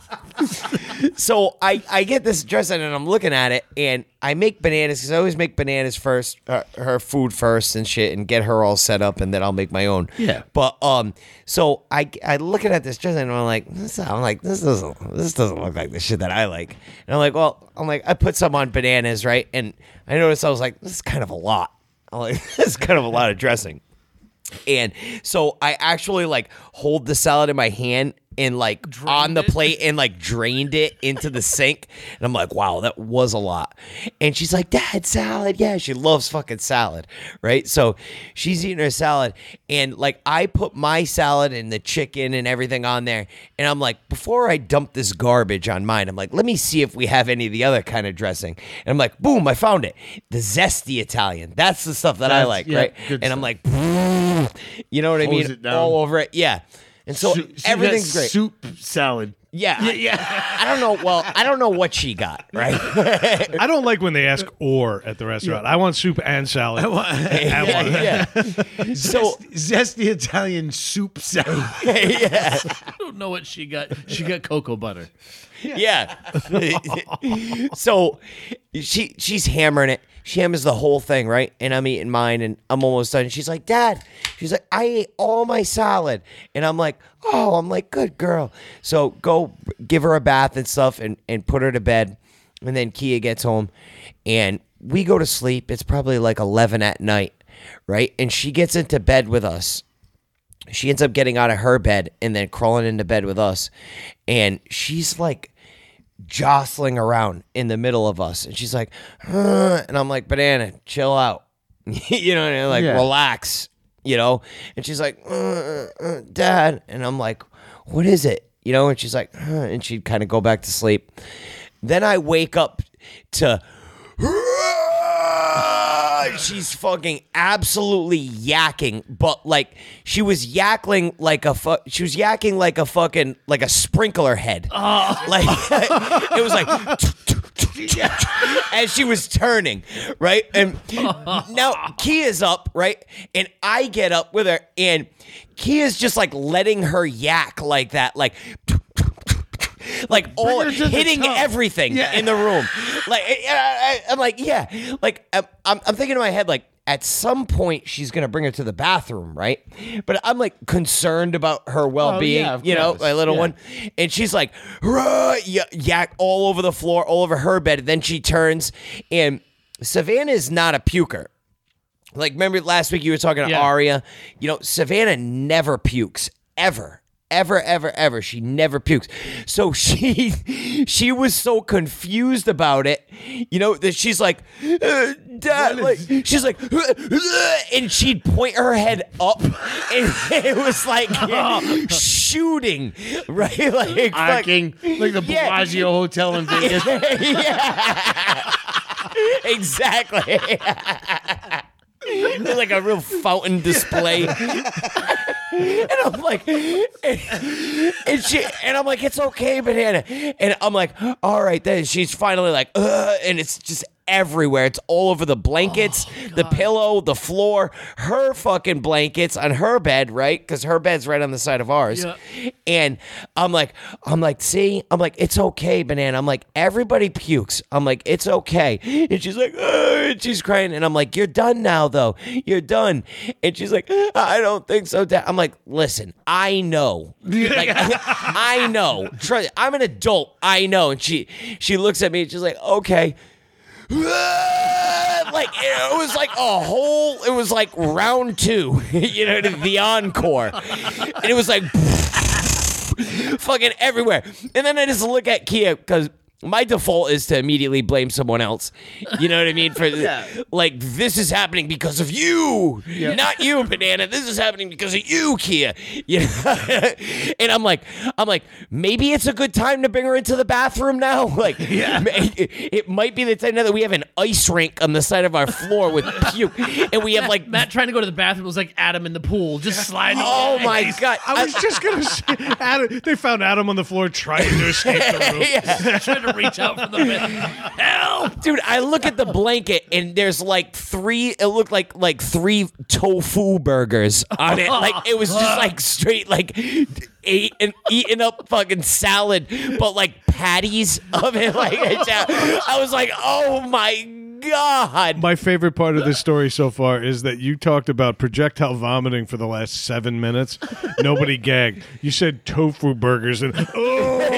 C: so I, I get this dressing and I'm looking at it and I make bananas because I always make bananas first, uh, her food first and shit, and get her all set up and then I'll make my own.
D: Yeah.
C: But um, so I I looking at this dressing and I'm like, this, I'm like this doesn't this doesn't look like the shit that I like. And I'm like, well, I'm like I put some on bananas right, and I noticed I was like, this is kind of a lot. I'm like, this is kind of a lot of dressing. And so I actually like hold the salad in my hand and like on the
D: it?
C: plate and like drained it into the sink. And I'm like, wow, that was a lot. And she's like, Dad, salad. Yeah, she loves fucking salad. Right. So she's eating her salad. And like I put my salad and the chicken and everything on there. And I'm like, before I dump this garbage on mine, I'm like, let me see if we have any of the other kind of dressing. And I'm like, boom, I found it. The zesty Italian. That's the stuff that I
D: That's-
C: like.
D: yeah,
C: right. And
D: good
C: I'm like, you know what I
B: Hose
C: mean?
B: it down.
C: All over it. Yeah. And so
B: Su- she got
C: everything's great.
B: Soup salad.
C: Yeah. Yeah. I don't know. Well, I don't know what she got, right?
A: I don't like when they ask or at the restaurant. I want soup and salad. at once.
C: yeah. So,
B: Zesty Italian soup salad.
C: yeah.
D: I don't know what she got. She got cocoa butter.
C: Yeah. so she she's hammering it. She hammers the whole thing, right? And I'm eating mine and I'm almost done. She's like, Dad, she's like, I ate all my salad. And I'm like, Oh, I'm like, good girl. So go give her a bath and stuff and, and put her to bed. And then Kia gets home and we go to sleep. It's probably like 11 at night, right? And she gets into bed with us she ends up getting out of her bed and then crawling into bed with us and she's like jostling around in the middle of us and she's like "Huh," and i'm like banana chill out you know what I mean? like
B: Yeah.
C: relax you know and she's like "Uh, uh, uh, dad and i'm like what is it you know and she's like "Huh," and she'd kind of go back to sleep then i wake up to She's fucking absolutely yakking, but like she was yakking like a fu- she was yakking like a fucking like a sprinkler head. Like it was like as she was turning, right? And now Kia's up, right? And I get up with her and Kia's just like letting her yak like that, like like all
B: her to the
C: hitting
B: tub.
C: everything
B: Yeah.
C: in the room. Like eh, I, I, am like, yeah. Like I'm, I'm I'm thinking in my head, like at some point she's gonna bring her to the bathroom, right? But I'm like concerned about her well being,
B: Oh, yeah, of
C: you know,
B: course.
C: my little
B: Yeah.
C: one. And she's like, "Rah," y- yak all over the floor, all over her bed. And then she turns, and Savannah is not a puker. Like, remember last week you were talking to
D: Yeah.
C: Aria? You know, Savannah never pukes, ever. Ever, ever, ever. She never pukes. So she she was so confused about it, you know, that she's like, uh, Dad, like, she's like, "Uh, uh," and she'd point her head up, and it was like shooting, right? Like,
B: Fucking like the
C: Yeah.
B: Bellagio Hotel in Vegas.
C: yeah. exactly. It's like a real fountain display. and I'm like, and, and she, and I'm like, it's okay, banana. And I'm like, all right, then she's finally like, Ugh, and it's just everywhere. It's all over the blankets, the pillow, the floor, her fucking blankets on her bed, right? Because her bed's right on the side of ours.
D: Yeah.
C: And I'm like, I'm like, see, I'm like, it's okay, banana. I'm like, everybody pukes. I'm like, it's okay. And she's like, "Ugh," and she's crying. And I'm like, you're done now, though. You're done. And she's like, I don't think so, Dad. I'm like, listen, I know. Like, I know. Trust, I'm an adult. I know. And she she looks at me and she's like, okay like it was like a whole it was like round two you know the encore and it was like fucking everywhere and then i just look at kia because my default is to immediately blame someone else you know what i mean for like this is happening because of you not you banana this is happening because of you kia you know? and i'm like i'm like maybe it's a good time to bring her into the bathroom now like yeah. it, it might be the time now that we have an ice rink on the side of our floor with puke and we have like
D: Matt trying to go to the bathroom was like Adam in the pool, just sliding.
C: oh my god
A: I was just gonna say, Adam, they found Adam on the floor trying to escape the room.
C: Yeah.
D: trying to reach out from the bed.
C: Help! Dude, I look at the blanket and there's like three. It looked like like three tofu burgers on it. Like it was just like straight like ate and eating up fucking salad, but like patties of it. Like it's out. I was like, oh my god.
A: My favorite part of this story so far is that you talked about projectile vomiting for the last seven minutes. Nobody gagged. You said tofu burgers and oh,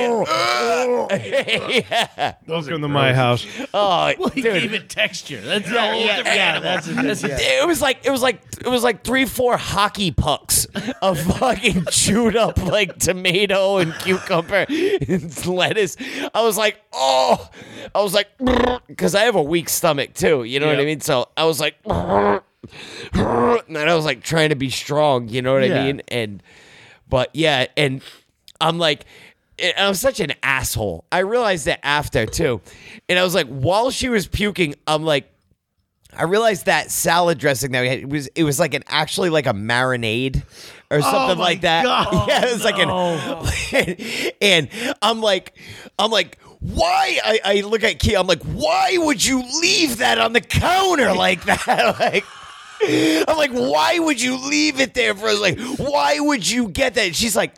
C: yeah.
A: Welcome to my house.
C: Oh,
D: Well, he
C: dude.
D: gave it texture. That's a whole
C: yeah,
D: different
C: yeah,
D: animal.
C: that's
D: That's a-
C: It was like it was like it was like three, four hockey pucks of fucking chewed up like tomato and cucumber and lettuce. I was like, oh, I was like, because I have a weak stomach too. You know what I
D: Yeah.
C: mean? So I was like, and then I was like trying to be strong. You know what I
D: Yeah.
C: mean? And but yeah, and I'm like, and I'm such an asshole. I realized that after too, and I was like, while she was puking, I'm like. I realized that salad dressing that we had it was it was like an actually like a marinade or something
D: my
C: like that.
D: God,
C: yeah, it was like an and I'm like I'm like why I, I look at Kia, I'm like, why would you leave that on the counter like that? like I'm like, why would you leave it there for us? Like, why would you get that? And she's like,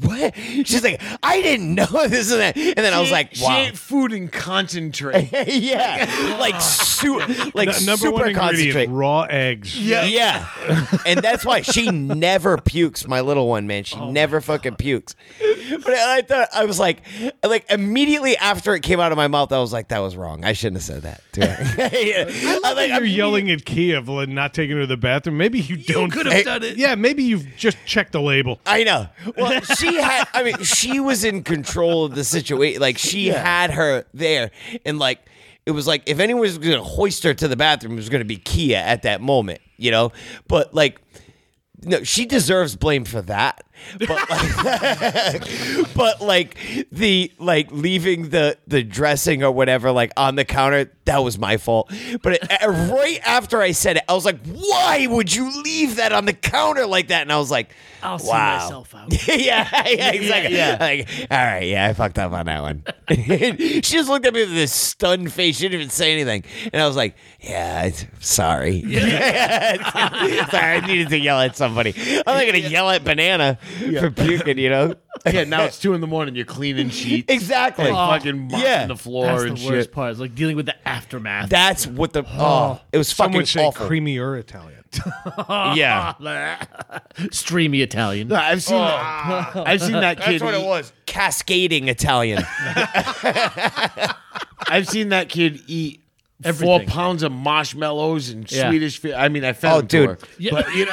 C: what? She's like, I didn't know this and that. And then I was like,
B: She
C: wow.
B: ate food and concentrate.
C: yeah. Like, su- like
A: N- number
C: super
A: one
C: concentrate.
A: ingredient: raw eggs.
B: Yeah.
C: Yeah. and that's why she never pukes, Oh my little one, man. She never fucking pukes. But I thought I was like like immediately after it came out of my mouth, I was like, that was wrong. I shouldn't have said that to her. yeah. I
A: I think
C: like,
A: you're
C: I'm-
A: yelling at Kiev and not taking her to the bathroom. Maybe you, don't.
D: could have done it.
A: Yeah, maybe you've just checked the label.
C: I know. Well, she had. I mean, she was in control of the situation. Like she had her there, and like it was like if anyone was going to hoist her to the bathroom, it was going to be Kia at that moment, you know. But like, no, she deserves blame for that. But like, but like the like leaving the the dressing or whatever like on the counter, that was my fault. But it, uh, right after I said it, I was like, why would you leave that on the counter like that? And I was like,
D: I'll see
C: wow.
D: myself out.
C: yeah, yeah, exactly. Like, all right, yeah, I fucked up on that one. she just looked at me with this stunned face. She didn't even say anything, and I was like, "Yeah, it's- sorry. sorry, I needed to yell at somebody. I'm not gonna yell at banana for puking, you know?
B: Yeah, now it's two in the morning. You're cleaning sheets.
C: exactly. Oh.
B: Like fucking mopping
C: yeah.
B: the floor
D: That's the
B: and
D: worst
B: shit.
D: part. It's like dealing with the aftermath.
C: That's what the oh, it was
A: Some
C: fucking
A: would say
C: awful.
A: creamier Italian.
C: yeah,
D: Streamy Italian.
B: No, I've
C: Oh.
B: seen I've seen that kid. eat-
C: was. Cascading Italian.
B: I've seen that kid eat four
D: Everything.
B: pounds of marshmallows and
D: Yeah.
B: Swedish. Fi- I mean, I found.
C: Oh, dude.
D: Yeah.
B: But you know,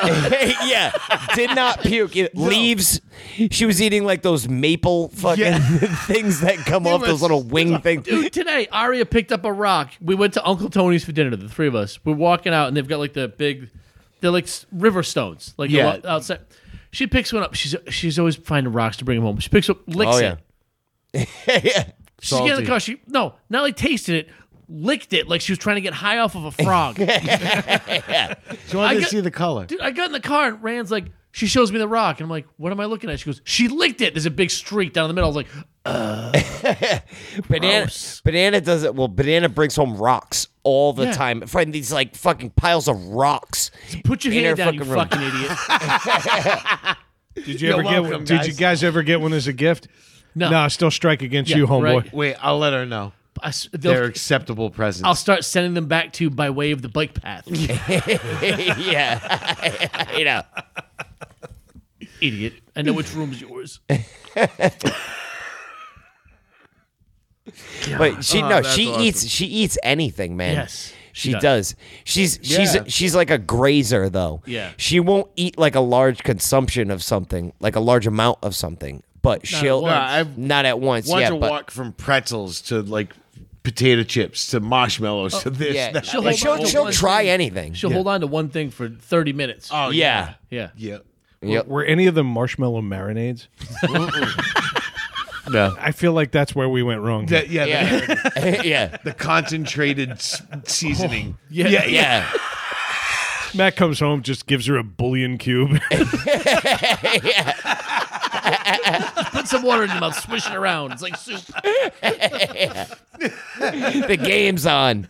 C: yeah, did not puke. It- Leaves. She was eating like those maple fucking things that come off those little wing things.
D: Dude, today Aria picked up a rock. We went to Uncle Tony's for dinner. The three of us. We're walking out, and they've got like the big, they're like s- river stones, like
B: Yeah.
D: yeah. outside. She picks one up. She's she's always finding rocks to bring them home. She picks up, licks
C: Oh, yeah.
D: it. She get in the
B: Salty.
D: car. She no, not like tasted it, licked it like she was trying to get high off of a frog.
B: she wanted
D: I
B: to
D: got-
B: see the color.
D: Dude, I got in the car and Rand's like, she shows me the rock, and I'm like, what am I looking at? She goes, she licked it. There's a big streak down the middle. I was like,
C: Banana,
D: Gross.
C: banana does it. Well, banana brings home rocks all the
D: Yeah.
C: time. Find these like fucking piles of rocks.
D: put your
C: In her
D: hand down, you
C: fucking room.
D: fucking idiot.
A: Did you ever get?
B: welcome,
A: did
B: guys.
A: you guys ever get one as a gift?
D: No.
A: I still strike against
D: Yeah,
A: you, homeboy.
D: right.
B: Wait, I'll let her know.
D: I s- they'll-
B: They're acceptable presents.
D: I'll start sending them back to you by way of the bike path.
C: yeah, you know.
D: idiot. I know which room's yours.
C: But she
B: Oh,
C: no,
B: that's
C: she
B: awesome.
C: eats she eats anything, man.
D: Yes,
C: She,
D: she
C: does.
D: does.
C: She's she's
B: Yeah.
C: she's like a grazer though.
D: Yeah.
C: She won't eat like a large consumption of something, like a large amount of something, but she'll
D: once. No,
B: I've-
C: not at once.
B: Want
C: yeah,
B: to
C: but
B: walk from pretzels to like potato chips to marshmallows to this.
C: yeah,
B: that.
C: she'll
D: Oh, She'll
C: like,
D: hold
C: she'll,
D: on to
C: she'll
D: one
C: try
D: thing.
C: anything.
D: She'll hold on to one thing for 30 minutes.
B: Oh
C: yeah.
D: yeah.
B: yeah.
C: Yep.
A: Were any of them marshmallow marinades?
B: No.
A: I feel like that's where we went wrong.
B: That, yeah, The,
C: Yeah. yeah.
B: the concentrated s- seasoning.
D: Yeah.
C: Yeah.
A: Matt comes home, just gives her a bullion cube.
D: Put some water in your mouth, swish it around. It's like soup.
C: the game's on.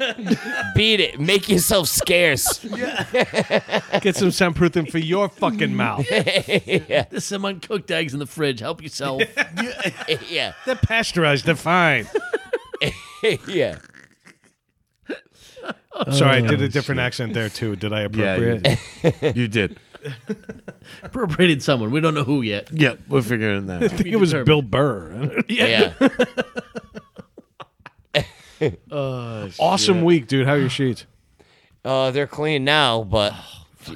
C: Beat it. Make yourself scarce.
A: Get some soundproofing for your fucking mouth.
D: There's some uncooked eggs in the fridge. Help yourself.
C: yeah.
A: They're pasteurized. They're fine.
C: yeah.
A: Sorry, I did a different accent there too. Did I
B: Yeah, you
A: appropriate?
B: did. you did.
D: Appropriated someone. We don't know who yet.
B: Yeah, we're figuring that. out.
A: I think it was Bill Burr.
C: Yeah.
A: Awesome week, dude. How are your sheets?
C: Uh, they're clean now, but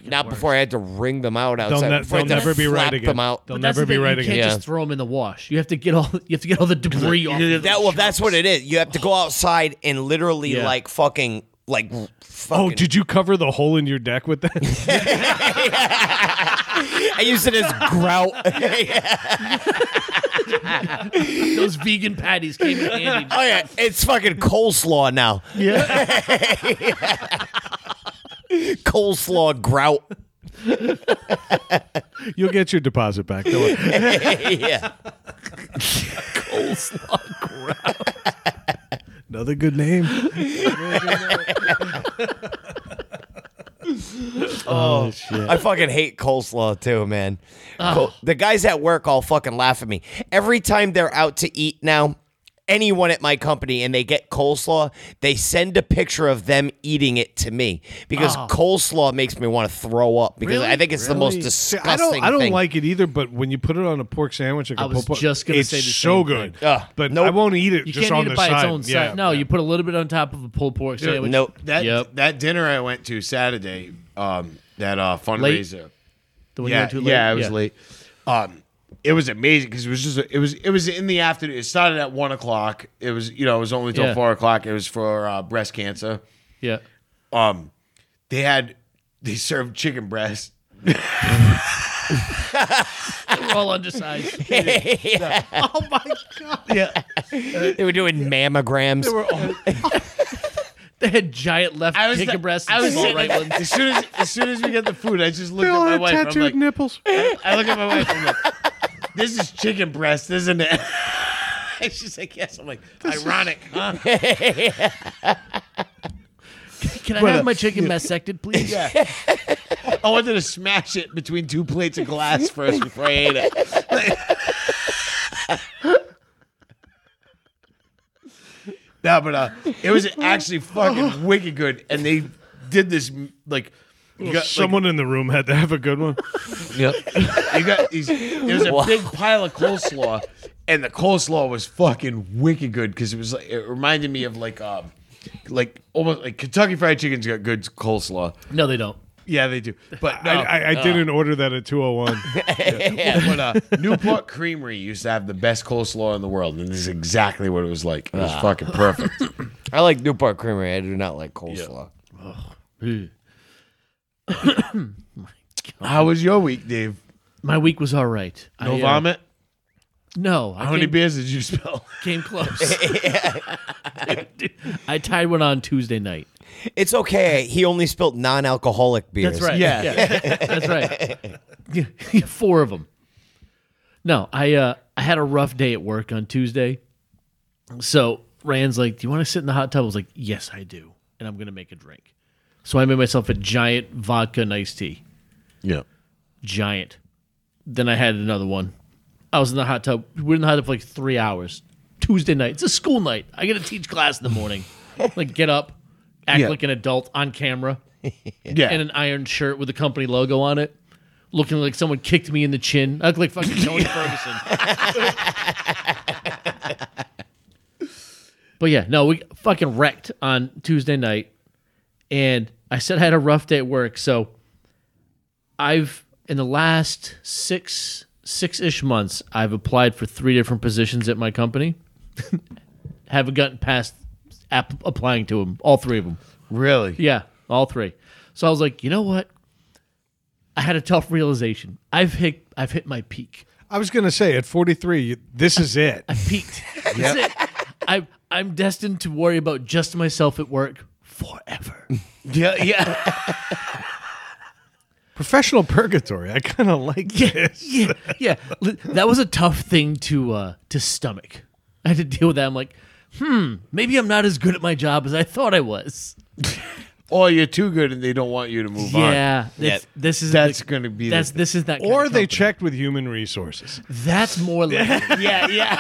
C: not before I had to wring them out outside.
A: ne-
C: before I
A: they'll
C: had to
A: never be right
C: flap
A: again.
C: Them out.
A: They'll
D: But that's
A: never
D: the
A: be
D: thing,
A: right
D: You can't
A: again.
C: Yeah.
D: just throw them in the wash. You have to get all you have to get all the debris off. of
C: That
D: those
C: well, that's what
D: chunks.
C: it is. You have to go outside and literally
D: Yeah.
C: like fucking like. Fucking,
A: Oh, did you cover the hole in your deck with that?
C: I use it as grout.
D: Those vegan patties came in handy.
C: oh yeah, it's fucking coleslaw now.
D: Yeah.
C: Coleslaw grout.
A: You'll get your deposit back. Don't worry.
C: yeah.
A: Another good name.
C: Oh, I fucking hate coleslaw too, man. Col- the guys at work all fucking laugh at me every time they're out to eat now. Anyone at my company and they get coleslaw, they send a picture of them eating it to me because coleslaw makes me want to throw up because
D: Really?
C: I think it's the most
A: See,
C: disgusting.
A: I don't. I don't
C: thing.
A: like it either. But when you put it on a pork sandwich, like
D: I
A: a
D: was
A: pulled pork-
D: just gonna
A: it's
D: say the
A: so
D: same
A: good.
D: thing.
C: Ugh.
A: but
C: Nope.
A: I won't eat it
D: You
A: just
D: can't
A: on the
D: eat it by
A: side.
D: its own
A: yeah.
D: side. No, you put a little bit on top of a pulled pork sandwich.
C: Nope.
B: That
D: Yep.
B: that dinner I went to Saturday, um, that uh, fundraiser.
D: The one you
B: Yeah,
D: went to late.
B: yeah, I was late. Um, it was amazing because it was just a, it was it was in the afternoon. It started at one o'clock. It was you know it was only till
D: Yeah.
B: four o'clock. It was for uh, breast cancer.
D: Yeah.
B: Um, they had they served chicken breast.
D: We're all undersized.
A: Oh my god.
D: yeah.
C: They were doing mammograms.
D: They had giant left
B: I was
D: chicken
B: like-
D: breasts
B: I
D: and
B: was
D: small
B: sitting-
D: right ones.
B: As soon as as soon as we got the food, I just looked
A: They all
B: at my
A: had
B: wife.
A: tattooed
B: I'm like,
A: nipples.
B: I look at my wife. I'm like, this is chicken breast, isn't it? And She's like, yes. I'm like, ironic, huh?
D: Can I have my chicken mastected, please? Yeah.
B: I wanted to smash it between two plates of glass first before I ate it. no, but uh, it was actually fucking wicked good, and they did this like. You got,
A: Someone in the room had to have a good one.
B: like, you got these. There was a
C: Wow.
B: big pile of coleslaw, and the coleslaw was fucking wicked good because it was like it reminded me of like um, like almost like Kentucky Fried Chicken's got good coleslaw.
D: No, they don't.
B: Yeah, they do, but
A: I,
B: uh,
A: I, I didn't order that at 201.
B: But uh, Newport Creamery used to have the best coleslaw in the world, and this is exactly what it was like. It was
D: Ah.
B: fucking perfect.
C: I like Newport Creamery. I do not like coleslaw.
A: Hmm.
B: How was your week, Dave?
D: My week was all right.
B: No
D: I, uh,
B: vomit.
D: No. I
B: How many
D: came,
B: beers did you spill?
D: came close. I tied one on Tuesday night.
C: It's okay. He only spilled non-alcoholic beers.
D: That's right.
B: Yeah.
D: That's right. Yeah, Four of them. No, I uh, I had a rough day at work on Tuesday. So Rand's like, "Do you want to sit in the hot tub?" I was like, "Yes, I do," and I'm gonna make a drink. So I made myself a giant vodka and iced tea.
B: Yeah.
D: Giant. Then I had another one. I was in the hot tub. We were in the hot tub for like three hours. Tuesday night. It's a school night. I gotta teach class in the morning. like get up, act
B: Yeah.
D: like an adult on camera
B: Yeah.
D: in an iron shirt with the company logo on it, looking like someone kicked me in the chin. I look like fucking Tony Ferguson. but yeah, no, we fucking wrecked on Tuesday night, and I said I had a rough day at work, so I've in the last six six ish months I've applied for three different positions at my company. Haven't gotten past app- applying to them, all three of them.
B: really?
D: Yeah, all three. So I was like, you know what? I had a tough realization. I've hit I've hit my peak.
A: I was going to say, at 43, you- this is it.
D: Peaked. That's it. I I'm destined to worry about just myself at work forever.
B: Yeah. Yeah.
A: Professional purgatory. I kind of like this.
D: yeah, yeah. Li- That was a tough thing to uh to stomach. I had to deal with that. I'm like, hmm, maybe I'm not as good at my job as I thought I was.
B: or Oh, you're too good and they don't want you to move on.
D: Yeah, that's- this is
B: That's gonna be the-
D: that's this is that. kind
A: Or
D: of
A: they
D: company.
A: checked with human resources.
D: That's more like
B: Yeah. Yeah.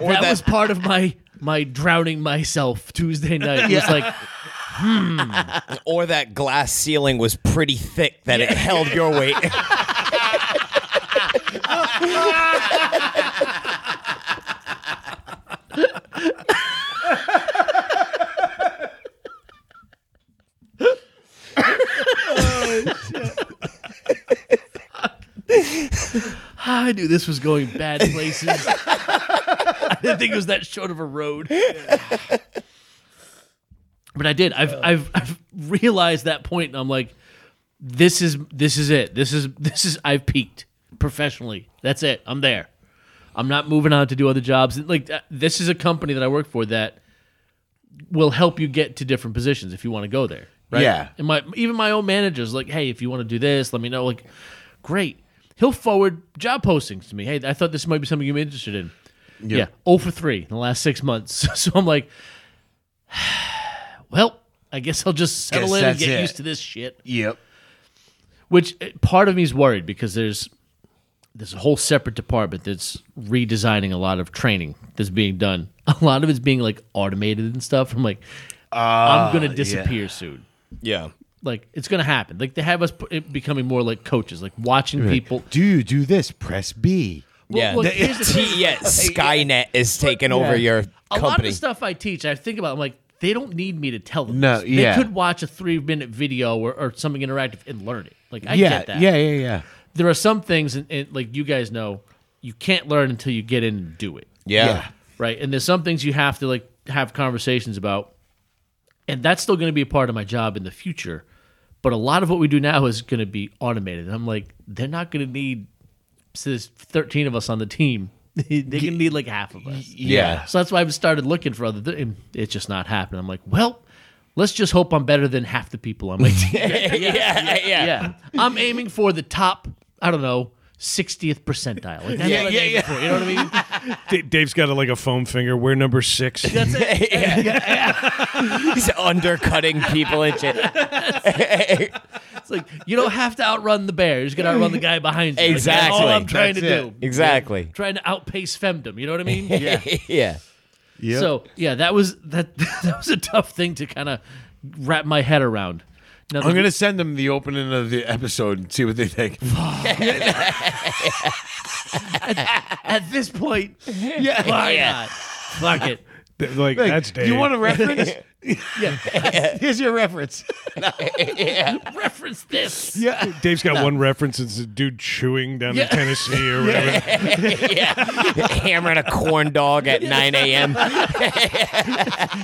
D: that, was part of my my drowning myself Tuesday night. It was like,
C: Or that glass ceiling was pretty thick that it held your weight.
D: "Ah, I knew this was going bad places. I didn't think it was that short of a road. But I did. I've, I've I've realized that point, and I'm like, this is this is it. This is this is I've peaked professionally. That's it. I'm there. I'm not moving on to do other jobs. Like uh, this is a company that I work for that will help you get to different positions if you want to go there. Right?
B: Yeah.
D: And my even my own manager's like, hey, if you want to do this, let me know. Like, great. He'll forward job postings to me. Hey, I thought this might be something you're interested in. Yeah. yeah. 0 for 3 in the last six months. So I'm like, well, I guess I'll just settle
B: Guess
D: in and
B: that's
D: get
B: it.
D: used to this shit
B: Yep.
D: which eh, part of me is worried because there's there's a whole separate department that's redesigning a lot of training that's being done. A lot of it's being like automated and stuff. I'm like, I'm gonna disappear soon.
C: Yeah.
D: Like it's gonna happen. Like they have us p- it becoming more like coaches, like watching people.
B: Do you do this? Press B.
D: Well,
C: yeah.
D: look, here's the thing.
C: T- yeah, Skynet is taking over your
D: a lot of
C: company.
D: the stuff I teach, I think about. I'm like, they don't need me to tell them.
B: No,
D: this.
B: yeah.
D: They could watch a three minute video or, or something interactive and learn it. Like I
B: yeah,
D: get that.
B: yeah, yeah, yeah.
D: there are some things, and, and like you guys know, you can't learn until you get in and do it,
C: yeah.
D: right? And there's some things you have to like have conversations about, and that's still going to be a part of my job in the future. But a lot of what we do now is going to be automated. And I'm like, they're not going to need so there's 13 of us on the team. they're going to need like half of us.
B: Yeah.
D: So that's why I've started looking for other. Th- and it's just not happening. I'm like, well, let's just hope I'm better than half the people on my team
C: yeah. Yeah. Yeah.
D: yeah. I'm aiming for the top, I don't know, 60th percentile. Like, that's what I'm aiming for. You know what I mean?
A: D- Dave's got a, like a foam finger. We're number six.
C: He's undercutting people and shit.
D: It's like, you don't have to outrun the bear. You're just going to outrun the guy behind you. Like, that's all
C: Exactly.
D: I'm trying
B: That's
D: to
B: it.
D: do.
C: exactly.
D: Trying to outpace femdom. You know what I mean? Yeah.
C: yeah.
B: Yep.
D: So, yeah, that was that that was a tough thing to kind of wrap my head around. Now,
B: I'm
D: the-
B: gonna send them the opening of the episode and see what they think.
D: at this point,
B: yeah,
D: why
C: Yeah.
D: not? Fuck it.
A: They're like,
B: Like,
A: that's Dave.
B: You want a reference?
D: Yeah.
B: Here's your reference.
D: Reference this.
B: Yeah,
A: Dave's got one reference. It's a dude chewing down
D: Yeah.
A: in Tennessee or whatever.
C: yeah. Hammering a corn dog at 9 a.m.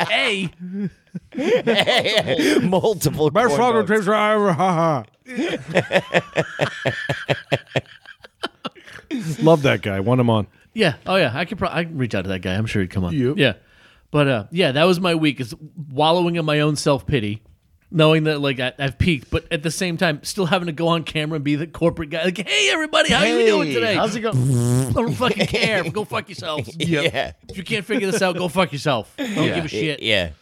D: Hey.
C: Multiple corn dogs.
A: driver. Ha ha. Love that guy. Want him on.
D: Yeah. Oh yeah. I could probably I can reach out to that guy. I'm sure he'd come on.
B: Yep.
D: Yeah. But uh, yeah, that was my week is wallowing in my own self pity, knowing that like I, I've peaked, but at the same time still having to go on camera and be the corporate guy. Like, hey everybody, how you doing
B: Hey,
D: today?
B: how's
D: it going? I don't fucking care. go fuck yourselves.
C: Yeah.
D: If you can't figure this out, go fuck yourself. I don't give a shit.
C: Yeah.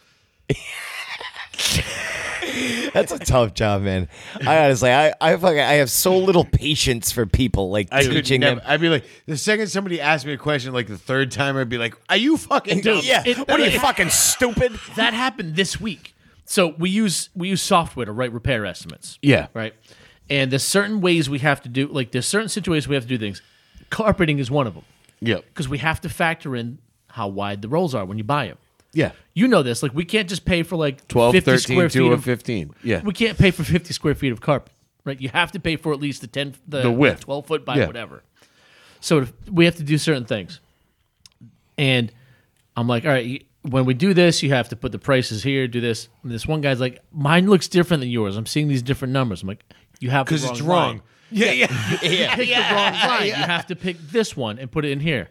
C: That's a tough job, man. I honestly, I, I fucking, I have so little patience for people like
B: I could
C: teaching
B: never,
C: them.
B: I'd be like, the second somebody asked me a question, like the third time, I'd be like, "Are you fucking
D: Dude,
B: dumb?
C: yeah,
D: it-
C: what are you
D: it-
C: fucking stupid?
D: That happened this week. So we use we use software to write repair estimates.
B: Yeah.
D: Right. And there's certain ways we have to do like there's certain situations we have to do things. Carpeting is one of them.
B: Yep.
D: because we have to factor in how wide the rolls are when you buy them.
B: Yeah.
D: You know this. Like, we can't just pay for like
B: 12,
D: 50
B: 13,
D: square
B: 2,
D: feet
B: or
D: of
B: 15. Yeah.
D: We can't pay for 50 square feet of carpet, right? You have to pay for at least the 10, the,
B: The width.
D: 12 foot by
B: Yeah.
D: whatever. So if- we have to do certain things. And I'm like, all right, you- when we do this, you have to put the prices here, do this. And this one guy's like, mine looks different than yours. I'm seeing these different numbers. I'm like, you have
B: Because
D: the
B: it's
D: line
B: wrong. Yeah, yeah.
D: pick the wrong line. You have to pick this one and put it in here.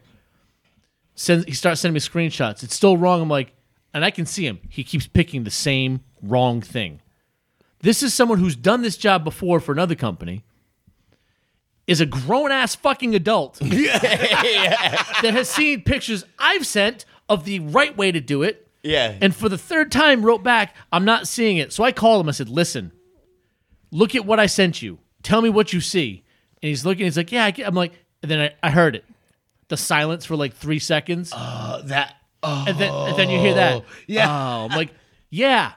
D: Send, he starts sending me screenshots. It's still wrong. I'm like, and I can see him. He keeps picking the same wrong thing. This is someone who's done this job before for another company. Is a grown ass fucking adult that has seen pictures I've sent of the right way to do it.
C: Yeah.
D: And for the third time, wrote back, I'm not seeing it. So I called him. I said, Listen, look at what I sent you. Tell me what you see. And he's looking. He's like, Yeah, I get-" I'm like, and then I, I heard it. The silence for like three seconds.
B: that.
D: and, then, and then you hear that.
B: yeah.
D: Oh, I'm like, Yeah.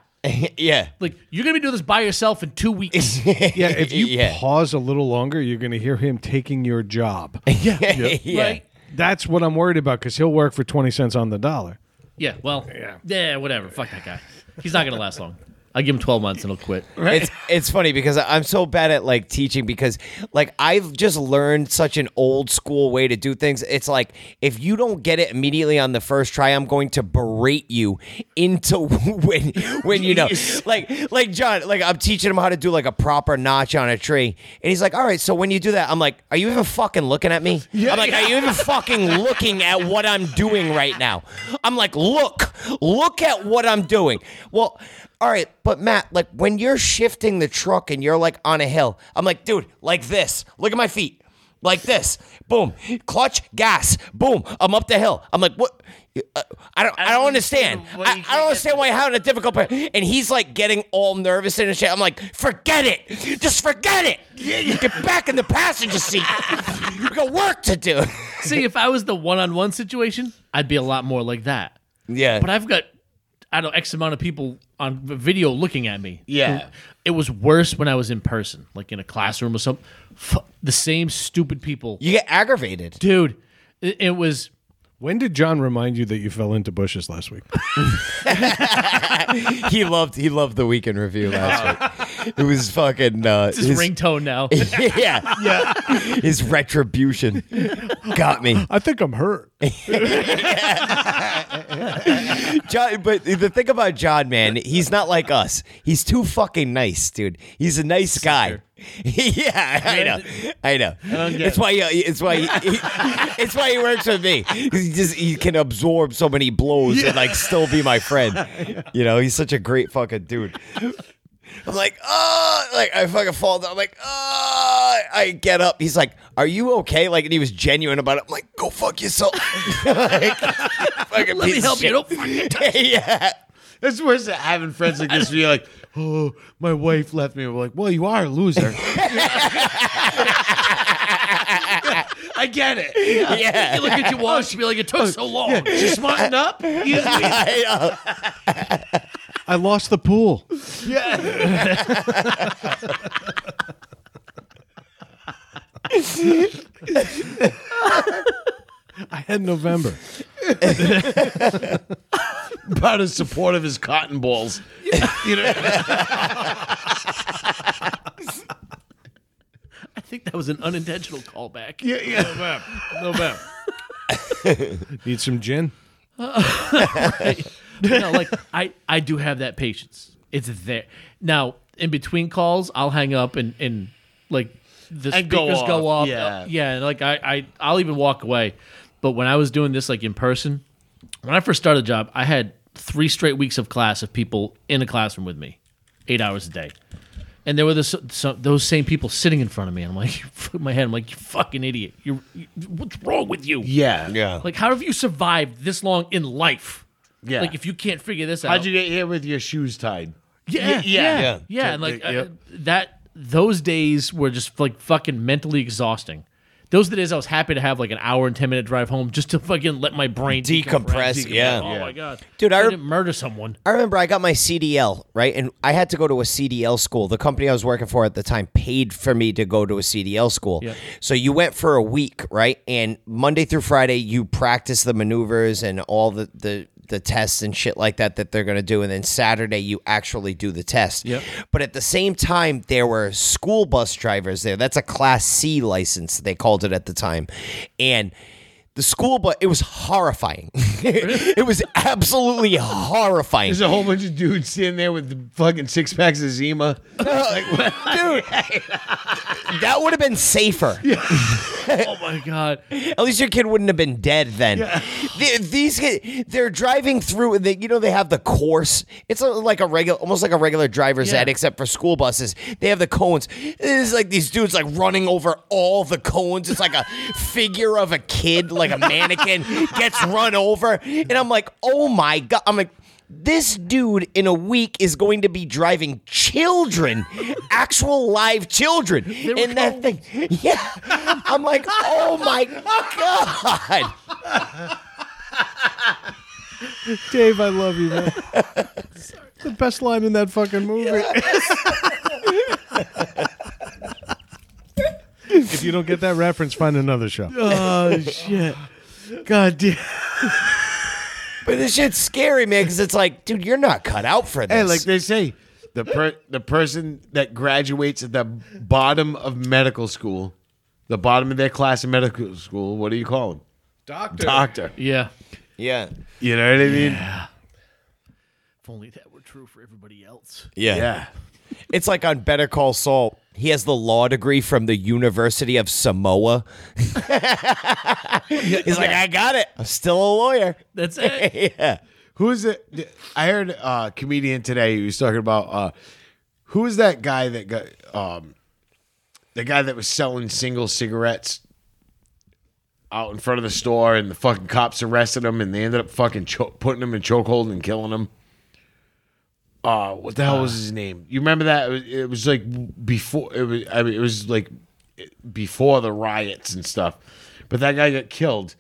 C: yeah,
D: Like, you're going to be doing this by yourself in two weeks.
A: Yeah, if you
C: Yeah.
A: pause a little longer, you're going to hear him taking your job.
C: yeah,
D: Right?
A: That's what I'm worried about because he'll work for 20 cents on the dollar.
D: Yeah. Well, yeah. Whatever. Fuck that guy. He's not going to last long. I give him 12 months and he'll quit.
C: It's it's funny because I- I'm so bad at like teaching because like I've just learned such an old school way to do things. It's like if you don't get it immediately on the first try, I'm going to berate you into when when you know like like John like I'm teaching him how to do like a proper notch on a tree, and he's like, all right, so when you do that, I'm like, are you even fucking looking at me? I'm like, are you even fucking looking at what I'm doing right now? I'm like, look, look at what I'm doing. Well. All right, but Matt, like when you're shifting the truck and you're like on a hill, I'm like, dude, like this. Look at my feet. Like this. Boom. Clutch, gas. Boom. I'm up the hill. I'm like, what? Uh, I don't. I don't understand.
D: understand why you
C: I, I
D: can't
C: don't
D: get
C: understand why you're having a difficult. part. And he's like getting all nervous and shit. I'm like, forget it. Just forget it. Get back in the passenger seat. We got work to do.
D: See, if I was the one on one situation, I'd be a lot more like that.
C: Yeah.
D: But I've got, I don't know, X amount of people on v- video looking at me.
B: Yeah.
D: It was worse when I was in person, like in a classroom or something. Fu- The same stupid people.
C: you get aggravated.
D: Dude, it, it was.
A: When did John remind you that you fell into bushes last week?
C: he loved he loved the weekend review last week. It was fucking uh,
D: It's his ringtone now.
C: yeah, yeah. His retribution got me,
A: I think I'm hurt.
C: John. But the thing about John, man, he's not like us. He's too fucking nice, dude. He's a nice guy. yeah, I know, I know. It's why, uh, it's why, he, he- it's why he works with me. 'Cause He just he can absorb so many blows and like still be my friend. You know, he's such a great fucking dude. I'm like, oh, like I fucking fall down. I'm like, oh, I get up. He's like, are you okay? Like, and he was genuine about it. I'm like, go fuck yourself. like, fucking
D: Let me
C: piece of
D: help you.
C: shit.
D: Don't fucking
C: yeah.
B: That's the worst. Having friends like this, where you're like, "Oh, my wife left me." We're like, "Well, you are a loser." I get it.
C: Yeah.
D: look at your watch and be like, it
B: Oh,
D: took so long.
B: You smarten up. You-
C: I uh, know.
A: I lost the pool.
B: yeah.
A: I had November.
B: About as supportive as cotton balls. you know.
D: I think that was an unintentional callback.
B: Yeah, yeah.
A: No bad. Need some gin?
D: no, like I, I do have that patience. It's there. Now, in between calls, I'll hang up and, and like the
B: And go
D: speakers go,
B: off,
D: up.
B: yeah.
D: yeah, and like I, I I'll even walk away. But when I was doing this like in person, when I first started the job, I had three straight weeks of class of people in a classroom with me, eight hours a day. And there were this, so, those same people sitting in front of me. And I'm like, my head, I'm like, you fucking idiot. You're, you, what's wrong with you?
B: Yeah.
C: Yeah.
D: Like, how have you survived this long in life?
B: Yeah.
D: Like, if you can't figure this out,
B: How'd you get here with your shoes tied?
D: yeah, yeah, yeah,
B: yeah.
D: and like
B: Yeah.
D: uh, that, those days were just like fucking mentally exhausting. Those are the days I was happy to have like an hour and ten minute drive home just to fucking let my brain
C: Decompress, yeah.
D: Oh
C: Yeah.
D: my god,
C: Dude, I
D: I
C: rem-
D: didn't murder someone.
C: I remember I got my CDL, right? And I had to go to a CDL school. The company I was working for at the time paid for me to go to a CDL school. So you went for a week, right? And Monday through Friday, you practice the maneuvers and all the, the, the tests and shit like that that they're going to do. And then Saturday, you actually do the test.
D: Yep.
C: But at the same time, there were school bus drivers there. That's a Class C license, they called it at the time. And the school bus, it was horrifying. it was absolutely horrifying.
B: There's a whole bunch of dudes sitting there with the fucking six packs of Zima.
C: Dude, that would have been safer.
D: oh my god,
C: At least your kid wouldn't have been dead then. The- these ki- they're driving through, and they, you know they have the course. It's a, like a regular, almost like a regular driver's
D: Yeah.
C: ed, except for school buses. They have the cones. It's like these dudes like running over all the cones. It's like a figure of a kid, like a mannequin, gets run over, and I'm like, oh my god! I'm like. This dude in a week is going to be driving children, actual live children,
D: were
C: in that thing. Yeah, I'm like, oh my god!
A: Dave, I love you, man. the best line in that fucking movie. if you don't get that reference, find another show.
D: oh shit, god damn.
C: But this shit's scary, man, because it's like, dude, you're not cut out for this.
B: Hey, like they say, The per- the person that graduates at the bottom of medical school, the bottom of their class in medical school, what do you call them?
A: Doctor.
B: Doctor.
D: Yeah.
C: Yeah.
B: You know what I mean?
D: If only that were true for everybody else.
C: Yeah.
B: Yeah.
C: It's like on Better Call Saul. He has the law degree from the University of Samoa. He's like, I got it. I'm still a lawyer.
D: That's it.
C: yeah.
B: Who is it? I heard a uh, comedian today who was talking about uh, who is that guy that got um, the guy that was selling single cigarettes out in front of the store, and the fucking cops arrested him, and they ended up fucking cho- putting him in chokehold and killing him. Uh, what the hell was his name? You remember that? It was, it was like before. It was. I mean, it was like before the riots and stuff. But that guy got killed.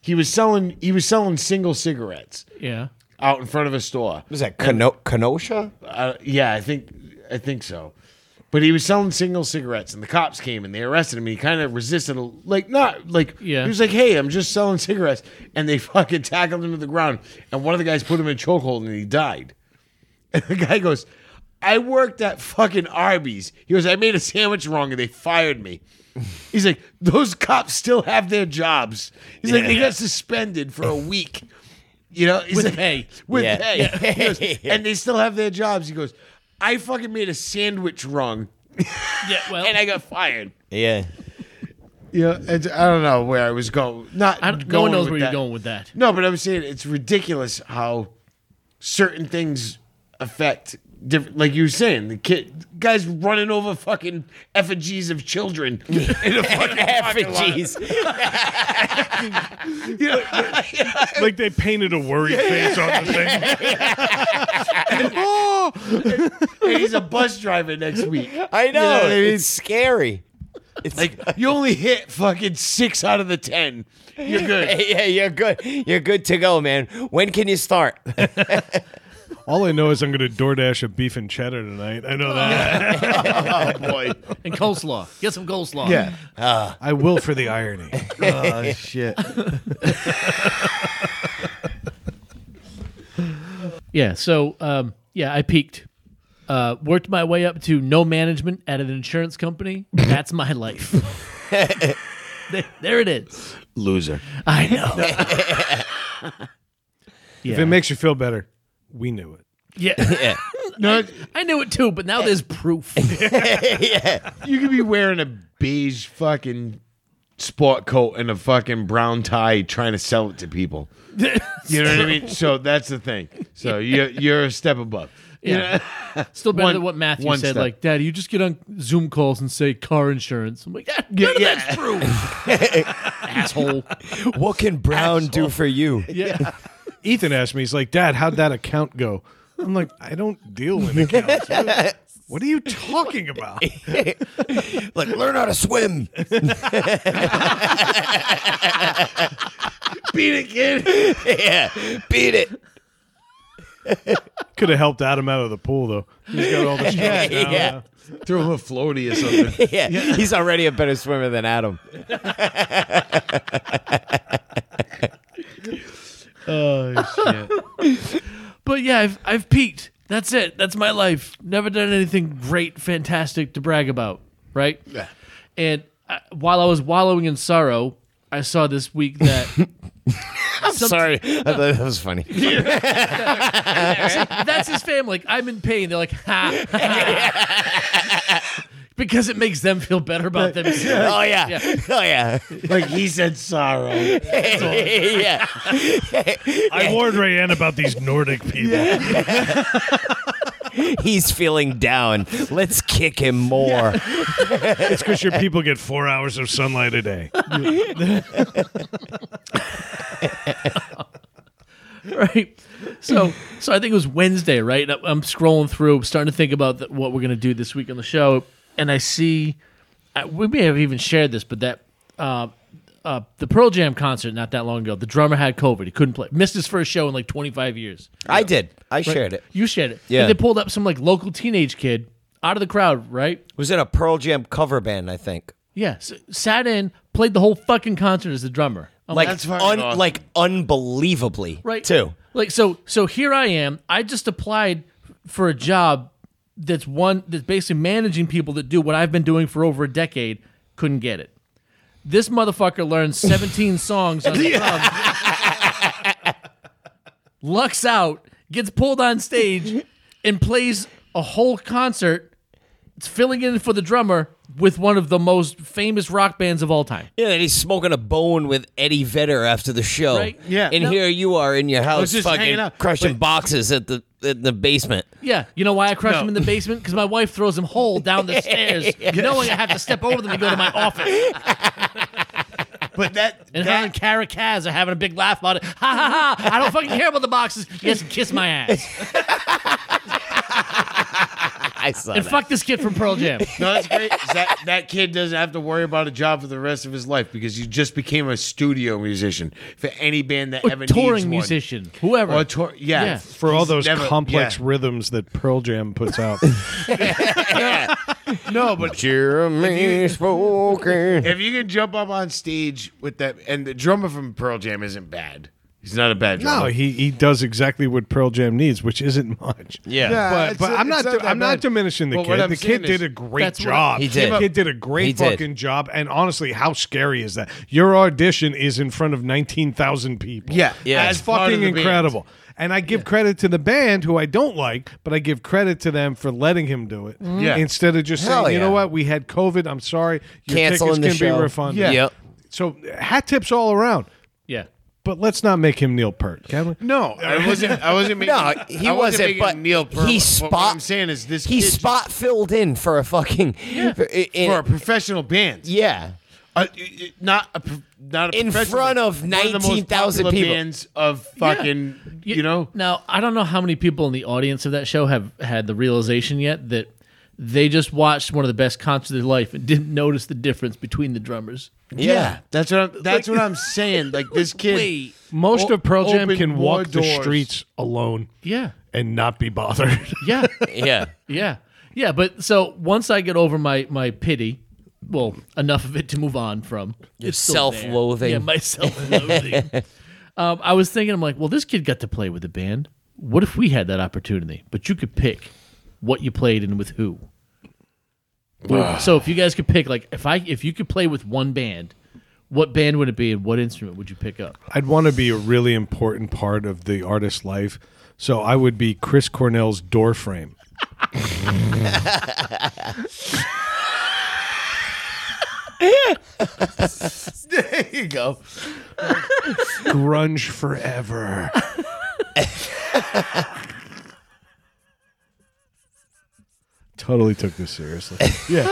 B: He was selling. He was selling single cigarettes
D: Yeah.
B: out in front of a store.
C: Was that Keno- Kenosha?
B: Uh, yeah, I think I think so. But he was selling single cigarettes, and the cops came and they arrested him. And he kind of resisted, a- like not like
D: Yeah.
B: He was like, "Hey, I'm just selling cigarettes," and they fucking tackled him to the ground. And one of the guys put him in a chokehold, and he died. And the guy goes, "I worked at fucking Arby's." He goes, "I made a sandwich wrong, and they fired me." He's like, "Those cops still have their jobs." He's like, "They got suspended for a week." You know, he's
D: With
B: like,
D: pay.
B: with
C: Yeah.
B: pay.
C: Yeah.
B: He goes,
C: Yeah.
B: and they still have their jobs. He goes, I fucking made a sandwich wrong
D: Yeah. Well,
B: and I got fired.
C: Yeah.
B: Yeah, and I don't know where I was going. Not
D: I don't, no
B: going
D: one knows
B: with
D: where
B: that.
D: you're going with that.
B: No, but I'm saying it's ridiculous how certain things affect different. Like you were saying, the kid guys running over fucking effigies of children in a fucking parking lot.
C: Effigies.
B: You know,
A: Like they painted a worried face on the thing.
B: and he's a bus driver next week.
C: I know.
B: what I mean?
C: It's scary. It's
B: Like you only hit fucking six out of the ten. You're good.
C: Hey, yeah, you're good. You're good to go, man. When can you start?
A: All I know is I'm going to DoorDash a beef and cheddar tonight. I know that.
B: Oh boy.
D: And coleslaw. Get some coleslaw.
B: Yeah. Ah.
A: I will for the irony.
B: Oh shit.
D: Yeah. So, um, yeah, I peaked. Uh, worked my way up to no management at an insurance company. That's my life. there, there it is.
B: Loser.
D: I know. yeah.
A: If it makes you feel better, we knew it.
D: yeah.
C: Yeah.
B: No,
D: I knew it too, but now there's proof.
B: you could be wearing a beige fucking sport coat and a fucking brown tie trying to sell it to people. You know what I mean? So that's the thing. So you're you're a step above.
D: Yeah. Still better
B: One-
D: than what Matthew
B: one
D: said.
B: step.
D: Like, Daddy, you just get on Zoom calls and say car insurance. I'm like, that,
B: Yeah,
D: none of
B: yeah.
D: that's true. Asshole.
C: What can Brown do for you?
D: Yeah.
A: Ethan asked me, he's like, Dad, how'd that account go? I'm like, I don't deal in accounts. What- What are you talking about?
C: Like, learn how to swim.
B: Beat it, kid.
C: yeah. Beat it.
A: Could have helped Adam out of the pool though. He's got all the yeah,
C: yeah.
B: Throw him a floaty or something.
C: Yeah. He's already a better swimmer than Adam.
D: But yeah, I've, I've peaked. That's it. That's my life. Never done anything great, fantastic to brag about. Right? Yeah. And I, while I was wallowing in sorrow, I saw this week that
C: I'm sorry. I thought that was funny.
D: that's his family. Like, I'm in pain. They're like, ha. because it makes them feel better about themselves.
C: Oh, yeah.
D: Yeah.
C: Oh, yeah.
B: like he said sorrow.
C: yeah.
A: I warned Rayanne about these Nordic people.
C: He's feeling down. Let's kick him more.
A: It's because your people get four hours of sunlight a day.
D: right? So, so I think it was Wednesday, right? And I- I'm scrolling through, starting to think about the, what we're gonna do this week on the show, and I see I, we may have even shared this, but that uh, uh, the Pearl Jam concert not that long ago, the drummer had COVID; he couldn't play, missed his first show in like 25 years.
C: I did. I shared it.
D: You shared it,
C: Yeah.
D: And they pulled up some like local teenage kid out of the crowd, right?
C: Was it a Pearl Jam cover band, I think?
D: Yeah, s- sat in, played the whole fucking concert as the drummer.
C: Oh,
D: I'm
C: Like,
B: That's fucking
C: un-
B: awesome.
C: like unbelievably.
D: right
C: Too.
D: like so so here i am i just applied for a job that's one that's basically managing people that do what I've been doing for over a decade couldn't get it. This motherfucker learns 17 songs on the club, lucks out, gets pulled on stage, and plays a whole concert. It's filling in for the drummer with one of the most famous rock bands of all time.
C: Yeah, and he's smoking a bone with Eddie Vedder after the show.
D: Right.
B: Yeah.
C: And
D: No.
C: here you are in your house
B: just hanging
C: fucking
B: out.
C: crushing boxes at the in the basement.
D: Yeah, you know why I crush them in the basement? Because my wife throws them whole down the stairs, knowing I have to step over them to go to my office.
B: But that
D: And her and
B: that,
D: Kara Kaz are having a big laugh about it. Ha ha ha! I don't fucking care about the boxes. Yes, kiss my ass
C: I saw
D: and
C: that.
D: fuck this kid from Pearl Jam.
B: no, that's great. is That that kid doesn't have to worry about a job for the rest of his life because he just became a studio musician for any band that ever
D: Or touring
B: needs one.
D: musician, whoever.
B: Or a tour, yeah,
D: Yeah.
A: for all
B: He's
A: those
B: never-
A: complex
B: yeah.
A: rhythms that Pearl Jam puts out.
B: No, but
C: Jeremy spoken.
B: if you can jump up on stage with that, and the drummer from Pearl Jam isn't bad. He's not a bad
A: no,
B: drummer.
A: he, he does exactly what Pearl Jam needs, which isn't much.
C: Yeah.
B: Yeah.
A: But,
B: Uh, it's
A: but
B: not-
A: I'm not
B: it's not
A: I'm
B: that
A: not
B: bad.
A: diminishing the
B: But what
A: kid.
B: I'm
A: The kid
B: saying is-
A: did a great
D: That's what-
A: job.
C: He did.
A: The kid did a great
C: He did.
A: fucking job. And honestly, how scary is that? Your audition is in front of 19,000 people.
B: Yeah. Yeah.
A: That's
B: As part of
A: fucking
B: the band.
A: incredible. And I give credit to the band, who I don't like, but I give credit to them for letting him do it.
B: Yeah.
A: Instead of just
C: Hell
A: saying, you know
C: yeah.
A: what, we had COVID. I'm sorry. Your
C: Canceling the
A: tickets can
C: show.
A: be refunded.
B: Yeah.
C: Yep.
A: So hat tips all around.
D: yeah,
A: But let's not make him Neil Peart, can we?
B: No, I wasn't. I wasn't making.
C: No, he
B: I wasn't.
C: wasn't,
B: making
C: but
B: Neil Peart.
C: he
B: What-
C: spot.
B: What I'm saying is this.
C: he
B: kid-
C: spot filled in for a fucking for, in,
B: for a professional band.
C: yeah.
B: Uh, y- y- not a pro- not a
C: In
B: professional
C: front
B: band.
C: of
B: One the most
C: 19,000
B: popular
C: people.
B: Bands of fucking,
D: Y-
B: you know.
D: Now I don't know how many people in the audience of that show have had the realization yet that they just watched one of the best concerts of their life and didn't notice the difference between the drummers.
B: Yeah. that's what I'm. That's what I'm saying. Like this kid.
D: Wait.
A: Most
B: O-
A: of Pearl Jam
B: open
A: can
B: more
A: walk the
B: doors.
A: streets alone
D: Yeah,
A: and not be bothered.
D: yeah.
C: Yeah.
D: Yeah, yeah. But so once I get over my my pity, well, enough of it to move on from It's still there.
C: self-loathing.
D: Yeah, my self-loathing. um, I was thinking, I'm like, well, this kid got to play with a band. What if we had that opportunity? But you could pick what you played and with who. Well, so if you guys could pick, like, if I if you could play with one band, what band would it be and what instrument would you pick up?
A: I'd want to be a really important part of the artist's life. So I would be Chris Cornell's door frame.
C: there you go.
A: Grunge forever. totally took this seriously. Yeah.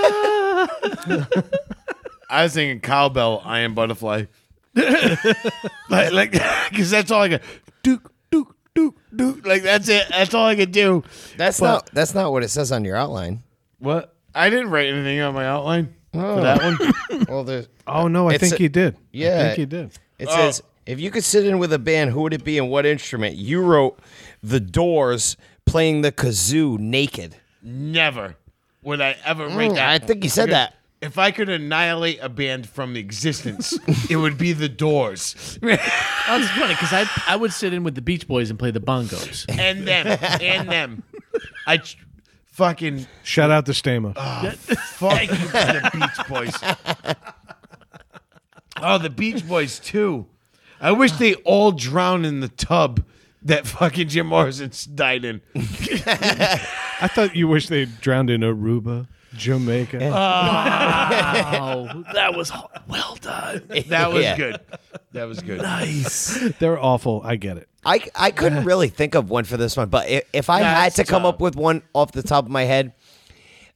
B: I was thinking cowbell, I am butterfly. like, like, because that's all I could. Duke, duke, duke, duke. Like that's it. That's all I could do.
C: That's not that's not what it says on your outline.
B: What? I didn't write anything on my outline
C: Oh.
B: for that one.
C: Well, there's
A: Oh no, I
C: It's
A: think
C: a-
A: he did. I
C: yeah.
A: think he did.
C: It
B: Oh.
C: says, if you could sit in with a band, who would it be and what instrument? You wrote The Doors playing the kazoo naked.
B: Never would I ever write that.
C: Oh, I think you said that.
B: If I could annihilate a band from existence, it would be the Doors.
D: Oh, it's funny because I I would sit in with the Beach Boys and play the bongos.
B: and them and them. I ch- fucking
A: Shout out to Stamos.
B: fuck the Beach Boys. Oh, the Beach Boys too. I wish they all drowned in the tub that fucking Jim Morrison died in.
A: I thought you wish they drowned in Aruba, Jamaica.
D: Oh, that was ho- well done.
B: That was
C: Yeah.
B: good. That was good.
A: They're awful. I get it.
C: I, I couldn't really think of one for this one, but if, if I had
B: That's
C: to come
B: tough.
C: up with one off the top of my head,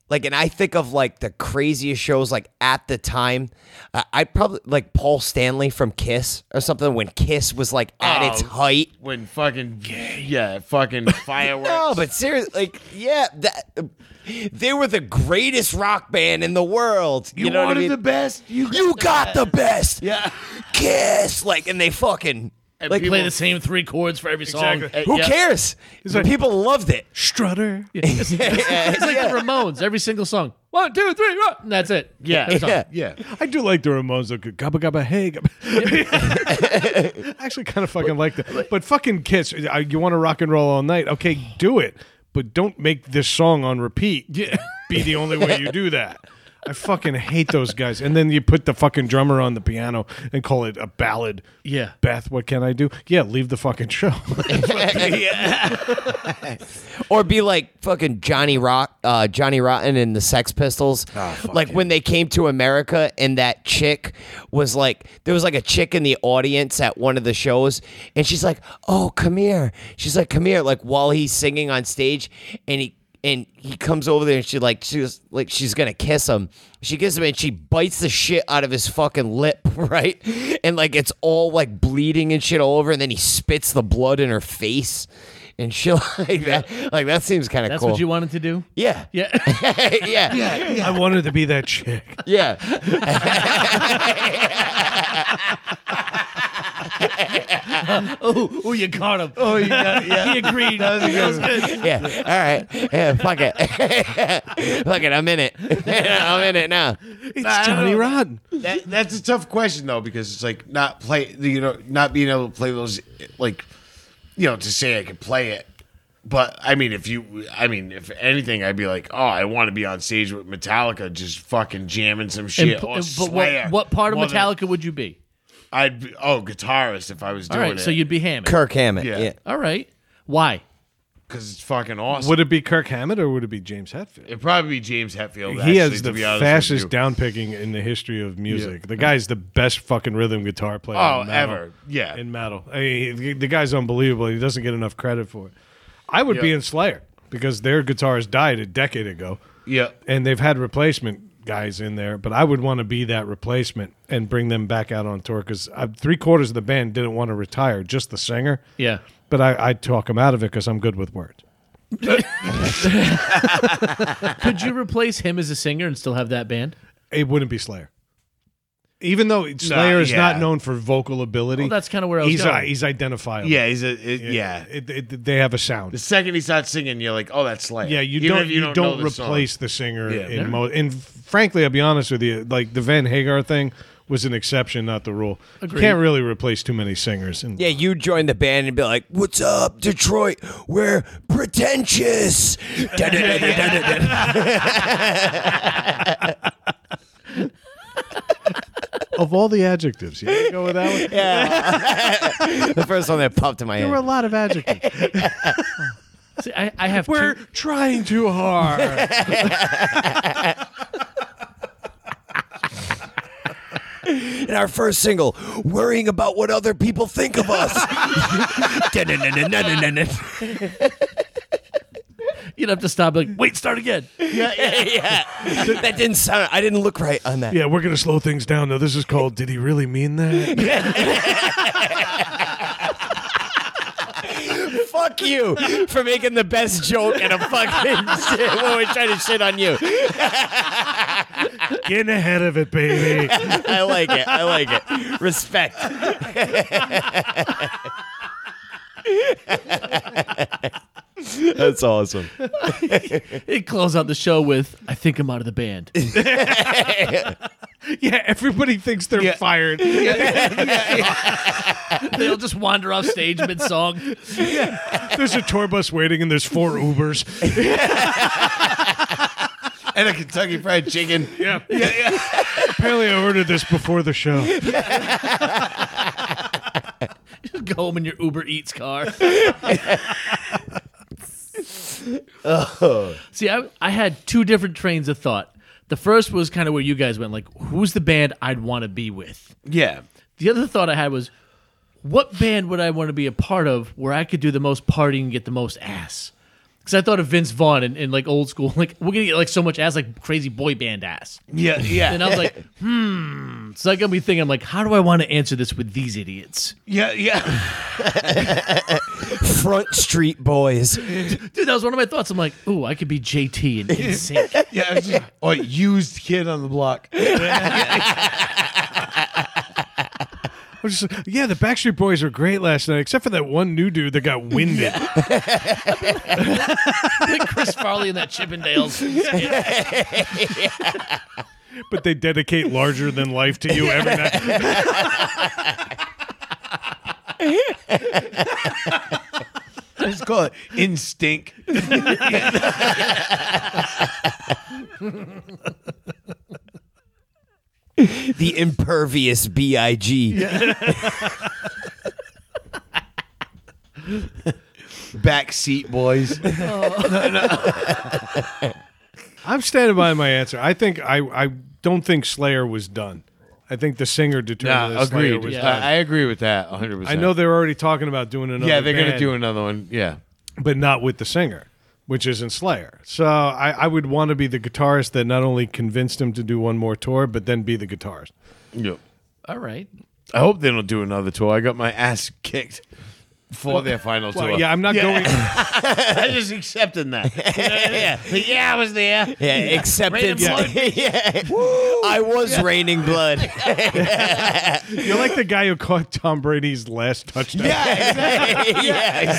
C: like, and I think of like the craziest shows, like at the time, uh, I probably like Paul Stanley from Kiss or something when Kiss was like at its
B: Oh.
C: height.
B: When fucking yeah, fucking fireworks.
C: No, but seriously, like, yeah, that they were the greatest rock band in the world. You,
B: you,
C: know what
B: wanted
C: I mean?
B: the best. You
C: you got the best.
B: yeah.
C: Kiss, like, and they fucking
B: And
C: like.
B: people-
D: play the same three chords for every song. Uh,
B: Exactly.
C: who
D: Yeah.
C: cares?
A: like-
C: People loved it.
A: Strutter.
D: It's like the Ramones, every single song. One, two, three, rock. And that's it.
B: Yeah.
D: That's all.
C: Yeah.
B: Yeah.
A: I do like the Ramones. Though. Gabba gabba hey. Gabba. I actually kind of fucking like that. But fucking Kiss, uh, you want to rock and roll all night? Okay, do it. but don't make this song on repeat. Yeah. Be the only way you do that. I fucking hate those guys. And then you put the fucking drummer on the piano and call it a ballad.
D: Yeah.
A: Beth, what can I do? Yeah, leave the fucking show.
C: Or be like fucking Johnny Rock, uh, Johnny Rotten and the Sex Pistols. like when they came to America and that chick was like, there was like a chick in the audience at one of the shows, and she's like, "Oh, come here." She's like, "Come here." Like while he's singing on stage, and he and he comes over there and she like she was like she's gonna kiss him. She kisses him and she bites the shit out of his fucking lip, right? And like it's all like bleeding and shit all over, and then he spits the blood in her face and shit like that. Like that seems kind of
D: That's
C: cool.
D: what you wanted to do?
C: yeah.
D: Yeah.
C: yeah. Yeah.
A: I wanted to be that chick.
C: Yeah.
D: oh, oh, you caught him. Oh, you got yeah. He agreed. That was good.
C: All right. Yeah, fuck it. fuck it. I'm in it. I'm in it now.
A: It's Johnny Rotten.
B: That, that's a tough question though because it's like not play you know not being able to play those like you know to say I could play it. But I mean, if you, I mean, if anything, I'd be like, oh, I want to be on stage with Metallica, just fucking jamming some
D: And
B: shit.
D: p-
B: or
D: but
B: Slayer.
D: what, what part of
B: Oh, More than-
D: Metallica would you be?
B: I'd be, oh, guitarist if I was
D: All
B: doing
D: right,
B: it.
D: so you'd be Hammond.
C: Kirk Hammett.
B: Yeah.
C: Yeah.
D: All right. Why?
B: because it's fucking awesome.
A: Would it be Kirk Hammett or would it be James Hetfield?
B: It'd probably be James Hetfield.
A: he
B: actually,
A: has
B: to
A: the
B: be honest with
A: fastest
B: you.
A: downpicking in the history of music. The guy's the best fucking rhythm guitar player.
B: Oh,
A: in metal-
B: ever. Yeah.
A: in metal. I mean, he- the guy's unbelievable. He doesn't get enough credit for it. I would be
B: Yeah.
A: in Slayer because their guitarist died a decade ago,
B: Yeah.
A: and they've had replacement guys in there. But I would want to be that replacement and bring them back out on tour because three quarters of the band didn't want to retire, just the singer.
D: Yeah.
A: But I, I talk them out of it because I'm good with words.
D: Could you replace him as a singer and still have that band?
A: It wouldn't be Slayer. Even though Slayer is not
B: yeah.
A: known for vocal ability,
D: Well, that's kinda where I was
A: he's,
D: going.
A: uh, he's identifiable.
B: Yeah. He's a, it- yeah.
A: It- it- they have a sound.
B: The second he's not singing, you're like, oh, that's Slayer.
A: Yeah, you
B: Even
A: don't
B: if
A: you,
B: know
A: don't,
B: the song.
A: replace the singer
B: Yeah.
A: in mo and frankly, I'll be honest with you, like the Van Hagar thing was an exception, not the rule. You can't really replace too many singers and
C: Yeah, you join the band and be like, "What's up, Detroit? We're pretentious." Da-da-da-da-da-da-da.
A: of all the adjectives. You wanna go with that one?
C: the first one that popped in my
A: There were a
C: head.
A: lot of adjectives.
D: See, I, I have
A: we're
D: two.
A: trying too hard.
C: In our first single, worrying about what other people think of us. Da-da-da-da-da-da-da.
D: You'd have to stop. Like, wait, start again.
C: yeah, that didn't sound. I didn't look right on that.
A: yeah, we're gonna slow things down though. This is called Did he really mean that?
C: Fuck you for making the best joke in a fucking shit when we're trying to shit on you.
A: Getting ahead of it, baby.
C: I like it. I like it. Respect. That's awesome.
D: It close out the show with, "I think I'm out of the band."
A: yeah, everybody thinks they're fired.
D: They'll just wander off stage mid song.
A: There's a tour bus waiting and there's four Ubers.
B: And a Kentucky Fried Chicken.
A: Yeah. yeah, Apparently I ordered this before the show.
D: Go home in your Uber Eats car. See, I, I had two different trains of thought. The first was kind of where you guys went, like, who's the band I'd want to be with?
B: Yeah.
D: The other thought I had was, what band would I want to be a part of where I could do the most partying and get the most ass? Because I thought of Vince Vaughn and, and like old school, like we're gonna get like so much ass, like crazy boy band ass.
B: Yeah. Yeah.
D: And I was like, hmm. So I got me thinking, I'm like, how do I want to answer this with these idiots?
B: yeah. Yeah.
C: Front Street Boys.
D: Dude, that was one of my thoughts. I'm like, ooh, I could be JT and in sync.
B: Yeah. it's just- oh, used kid on the block.
A: I was just like, yeah, the Backstreet Boys were great last night, except for that one new dude that got winded.
D: like Chris Farley and that Chippendales.
A: but they dedicate larger than life to you every night.
B: Let's call it instinct.
C: the impervious big.
B: Backseat boys.
A: I'm standing by my answer. I think I, I don't think Slayer was done. I think the singer determined
B: Nah,
A: that Slayer
B: agreed.
A: was
B: I-
A: done.
B: I agree with that 100. percent
A: I know they're already talking about doing another.
B: Yeah, they're gonna
A: band,
B: do another one. Yeah.
A: but not with the singer, which isn't Slayer. So I, I would want to be the guitarist that not only convinced him to do one more tour, but then be the guitarist.
B: Yep.
D: All right.
B: I hope they don't do another tour. I got my ass kicked for their final tour.
A: Well, yeah, I'm not going.
B: I just accepted that. yeah, yeah, yeah, I was there.
C: Yeah, acceptance.
D: blood.
C: yeah. I was raining blood.
A: You're like the guy who caught Tom Brady's last touchdown.
C: yeah,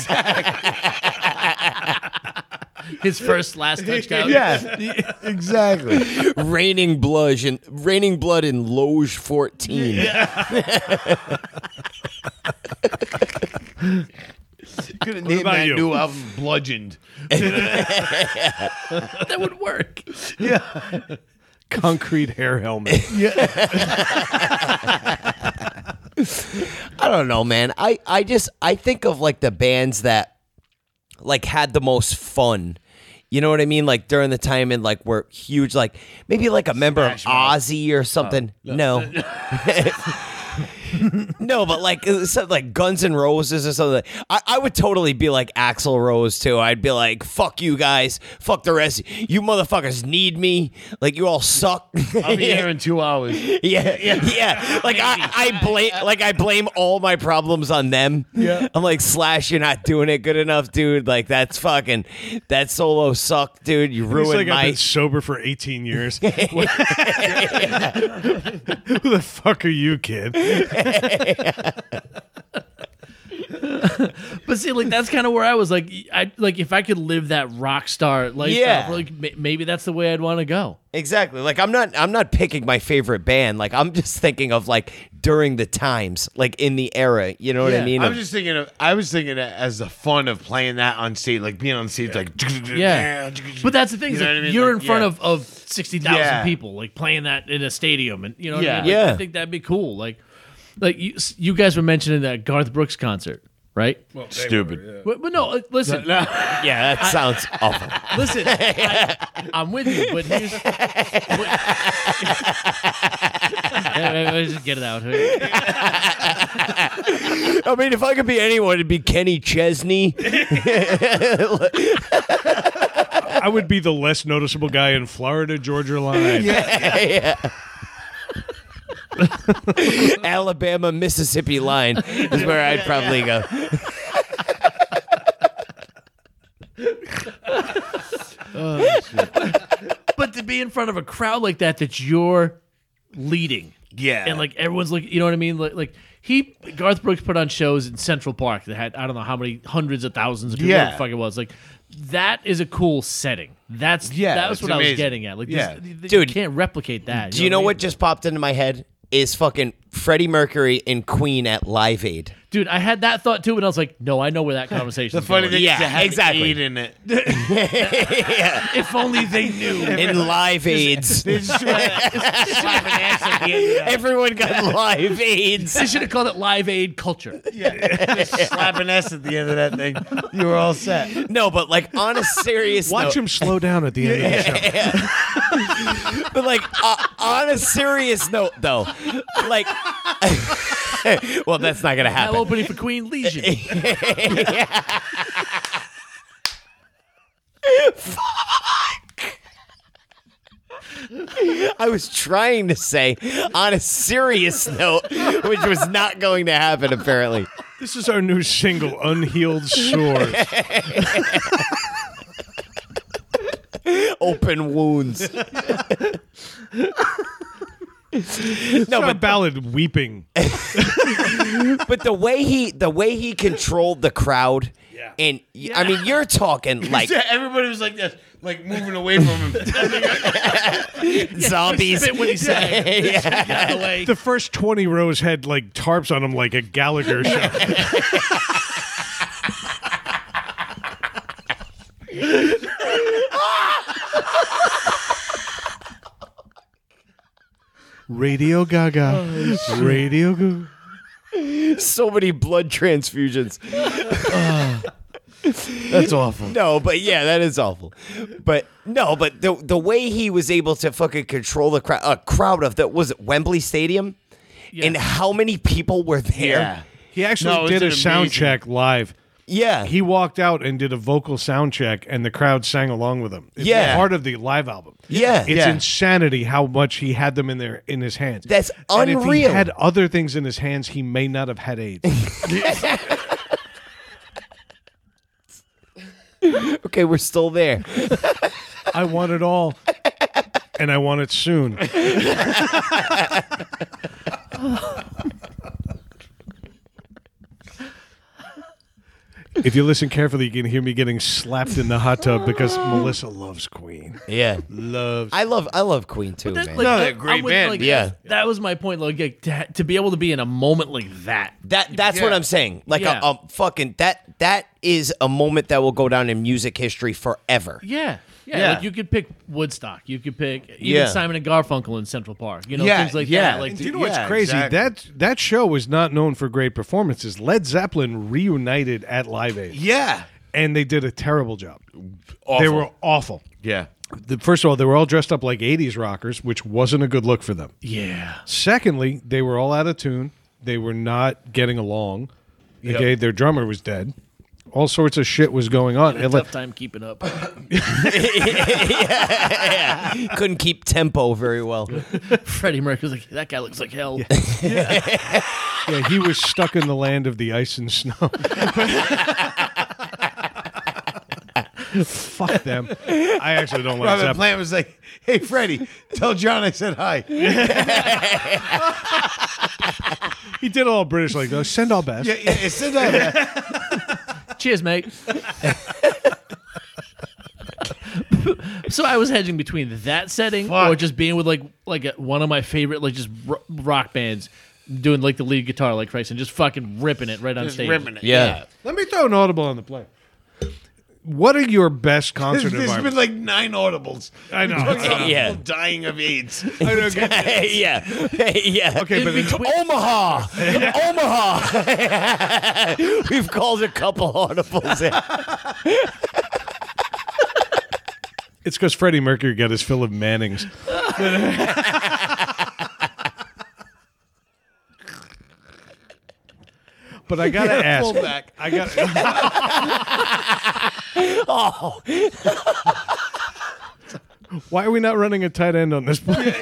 D: His first, last touchdown.
B: Yeah, exactly.
C: raining blood and raining blood in Loge 14.
B: Could have named
A: about
B: that
A: you?
B: new album "Bludgeoned."
D: That would work.
A: Concrete hair helmet.
C: I don't know, man. I I just I think of like the bands that like had the most fun. You know what I mean? Like during the time and like were huge. Like maybe like a member of Ozzy or something. no. No. but like uh, something like Guns N' Roses or something. I, I would totally be like Axl Rose too. I'd be like, "Fuck you guys, fuck the rest. You motherfuckers need me. Like you all suck."
B: I'll be here in two hours.
C: Yeah, yeah, Like I, I blame, like I blame all my problems on them. Yeah, I'm like Slash, you're not doing it good enough, dude. Like that's fucking, that solo sucked, dude. You
A: He's like,
C: ruined
A: I've
C: my.
A: been sober for 18 years. Who the fuck are you, kid?
D: But see, like that's kind of where I was. Like, I like if I could live that rock star lifestyle,
C: Yeah.
D: like ma- maybe that's the way I'd want to go.
C: Exactly. Like I'm not, I'm not picking my favorite band. Like I'm just thinking of like during the times, like in the era. You know what I
D: Yeah,
C: mean? um,
B: I was just thinking of. I was thinking of, as the fun of playing that on stage, like being on stage, like
D: Yeah. But that's the thing.
B: You
D: You
B: know what I mean?
D: You're
B: Like,
D: in front
B: yeah.
D: of of sixty thousand
B: Yeah.
D: people, like playing that in a stadium, and you know, what
B: Yeah.
D: I, mean? Like,
C: Yeah.
D: I think that'd be cool. Like, like you, you guys were mentioning that Garth Brooks concert, right?
B: stupid.
D: but, but no, uh, listen,
C: yeah, that sounds awful.
D: listen, I, I'm with you, but here's. Wait, wait, wait, just get it out.
C: I mean, if I could be anyone, it'd be Kenny Chesney.
A: I would be the less noticeable guy in Florida, Georgia line.
C: Yeah. Alabama Mississippi line is where I'd probably go.
D: But to be in front of a crowd like that, that you're leading,
B: Yeah,
D: and like everyone's like, you know what I mean? Like, like he Garth Brooks put on shows in Central Park that had I don't know how many hundreds of thousands of people.
B: Yeah.
D: Yeah. The fuck it was like that is a cool setting. That's
B: Yeah,
D: yeah, that's
B: it's
D: what I
B: amazing.
D: was getting at. Like,
B: Yeah.
D: this,
C: Dude,
D: you can't replicate that.
C: Do you know
D: I mean?
C: what just popped into my head? Is fucking Freddie Mercury and Queen at Live Aid.
D: dude? I had that thought too, and I was like, no, I know where that conversation.
B: the funny thing,
C: Yeah,
B: is to have
C: exactly.
B: Aid in it.
D: if only they knew.
C: In Live Aids. Everyone got Live Aids.
D: They should have called it Live Aid Culture.
B: Slap an S at the end of that thing. You were all set.
C: No, but like on a serious
A: Watch
C: note,
A: him slow down at the end of the show.
C: but like uh, on a serious note though, like, well, that's not gonna
D: I'm
C: happen.
D: opening for Queen Legion.
C: I was trying to say on a serious note, which was not going to happen apparently.
A: This is our new single, Unhealed Sores.
C: Open wounds. no,
A: Our
C: but
A: ballad, Weeping.
C: but the way he the way he controlled the crowd and I mean you're talking like
B: Yeah, everybody was like this, like moving away from him.
C: zombies.
D: Spit when he sang.
C: Yeah.
D: By the way,
A: The first 20 rows had like tarps on them like a Gallagher show. Radio Gaga. Radio Gaga.
C: so many blood transfusions.
B: That's awful.
C: No, but yeah, that is awful. But no, but the the way he was able to fucking control the crowd, a crowd of that was it Wembley Stadium, and how many people were there?
A: He actually
B: No,
A: did a
B: isn't it
A: sound
B: amazing?
A: check live.
C: Yeah,
A: He walked out and did a vocal sound check, and the crowd sang along with him. It's
C: Yeah.
A: part of the live album.
C: Yeah.
A: it's
B: Yeah.
A: insanity how much he had them in their in his hands.
C: That's
A: And if he
C: unreal.
A: had other things in his hands, he may not have had AIDS.
C: okay, we're still there.
A: I want it all, and I want it soon. if you listen carefully, you can hear me getting slapped in the hot tub because Melissa loves Queen.
C: Yeah,
A: Loves.
C: I love I love Queen too,
D: That,
C: man.
D: like,
B: No,
D: that-
B: they're great
D: I would,
B: band,
D: like,
C: yeah.
D: that was my point. Like, like, to, to be able to be in a moment like that.
C: That that's what I'm saying. Like
D: Yeah.
C: a, a fucking that that is a moment that will go down in music history forever.
D: Yeah, yeah.
B: Yeah.
D: Like you could pick Woodstock. You could pick even
C: Yeah.
D: Simon and Garfunkel in Central Park. You know,
B: Yeah,
D: things like
B: yeah.
D: that. Like,
A: And do you know what's
B: Yeah,
A: crazy?
B: exactly.
A: That that show was not known for great performances. Led Zeppelin reunited at Live Aid,
B: Yeah.
A: and they did a terrible job.
B: Awful.
A: They were awful.
B: Yeah.
A: The- First of all, they were all dressed up like '80s rockers, which wasn't a good look for them.
D: yeah,
A: Secondly, they were all out of tune. They were not getting along. Okay, their drummer was dead. All sorts of shit was going on. And
D: tough
A: like,
D: time keeping up.
C: Couldn't keep tempo very well.
D: Freddie Mercury's like that guy looks like hell.
A: yeah, he was stuck in the land of the ice and snow. Fuck them. I actually don't like
B: Robert
A: Zeppelin.
B: Plant was like, "Hey, Freddie, tell John I said hi."
A: He did all British like those. Send all best.
B: Yeah, yeah, it's in there.
D: Cheers, mate. so I was hedging between that setting or
B: Fuck.
D: just being with like like a, one of my favorite like just ro- rock bands doing like the lead guitar like Christ and just fucking ripping it right on stage.
B: ripping it.
C: Yeah.
A: Let me throw an audible on the play. What are your best
B: There's,
A: concert
B: there's been
A: environments?
B: like nine audibles.
A: I know. I know.
C: Yeah.
B: People dying of AIDS.
A: I don't get it.
C: yeah. yeah.
A: Okay, but
D: Between-
C: Omaha. Omaha. We've called a couple audibles. in.
A: It's because Freddie Mercury got his fill of Mannings. but I gotta ask.
B: Fullback.
A: I got.
C: Oh,
A: Why are we not running a tight end on this play?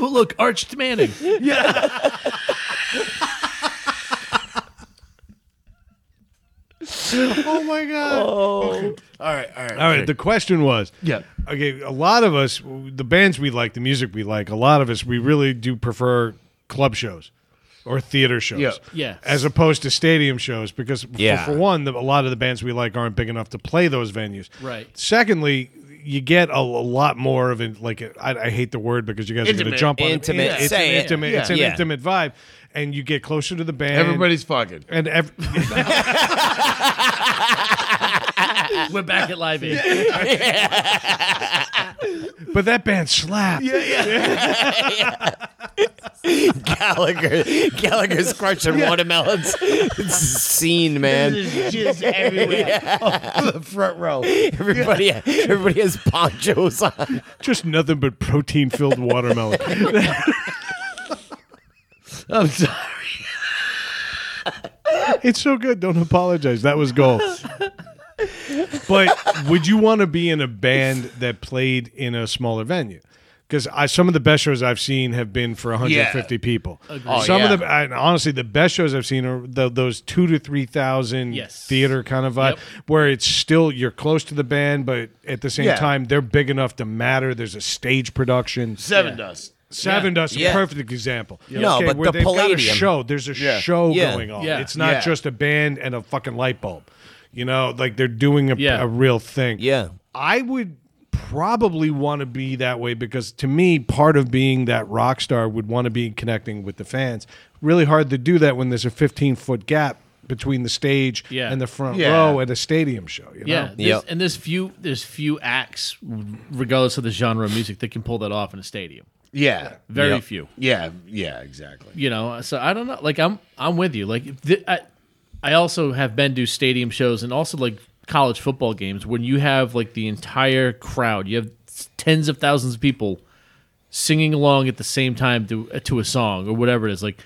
D: Oh, look, Arch Manning.
A: oh my god!
B: All right, all right,
A: All right. The question was.
D: Yeah.
A: Okay. A lot of us, the bands we like, the music we like, a lot of us, we really do prefer club shows or theater shows.
B: Yeah.
D: Yeah.
A: As opposed to stadium shows, because for-
C: Yeah.
A: for, one, the, a lot of the bands we like aren't big enough to play those venues.
D: Right.
A: Secondly, you get a, a lot more of it. Like I, I hate the word because you guys are going to
B: Intimate.
A: jump on
C: Intimate.
A: It. It's,
C: Say
A: an
C: it.
A: intimate. It's an
C: Yeah.
A: intimate vibe, and you get closer to the band.
B: Everybody's fucking.
A: and ev-
D: We're back at Live Aid.
A: but that band slapped.
C: Gallagher. Gallagher's crushing watermelons. It's scene, man.
B: Jizz everywhere. Oh, the front row.
C: Everybody, everybody has ponchos on.
A: Just nothing but protein filled watermelon.
B: I'm sorry.
A: It's so good. Don't apologize. That was gold. but would you want to be in a band that played in a smaller venue? Because I some of the best shows I've seen have been for 150 people.
B: Oh,
A: some
B: yeah.
A: of the and honestly the best shows I've seen are tho- those two to three thousand
D: Yes.
A: theater kind of vibe
D: Yep.
A: where it's still you're close to the band, but at the same
B: Yeah.
A: time they're big enough to matter. There's a stage production.
B: Seven dust.
A: Seven Dust, is a
C: Yeah.
A: perfect example.
C: No, but
A: where
C: the
A: they've got a
C: Palladium.
A: show. There's a
B: Yeah.
A: show
C: Yeah.
A: going on.
D: Yeah.
A: It's not
B: Yeah.
A: just a band and a fucking light bulb. You know, like they're doing a,
D: Yeah.
A: a real thing.
C: Yeah.
A: I would probably want to be that way because to me, part of being that rock star would want to be connecting with the fans. Really hard to do that when there's a 15 foot gap between the stage
D: Yeah.
A: and the front
B: Yeah.
A: row at a stadium show. You know?
D: Yeah, there's,
C: Yep.
D: and there's few there's few acts, regardless of the genre of music, that can pull that off in a stadium.
B: Yeah.
D: Very
C: Yep.
D: few,
B: Yeah. Yeah. Exactly.
D: you know. So I don't know. Like I'm I'm with you. Like th- I, I also have been to stadium shows and also like college football games when you have like the entire crowd, you have tens of thousands of people singing along at the same time to uh, to a song or whatever it is. Like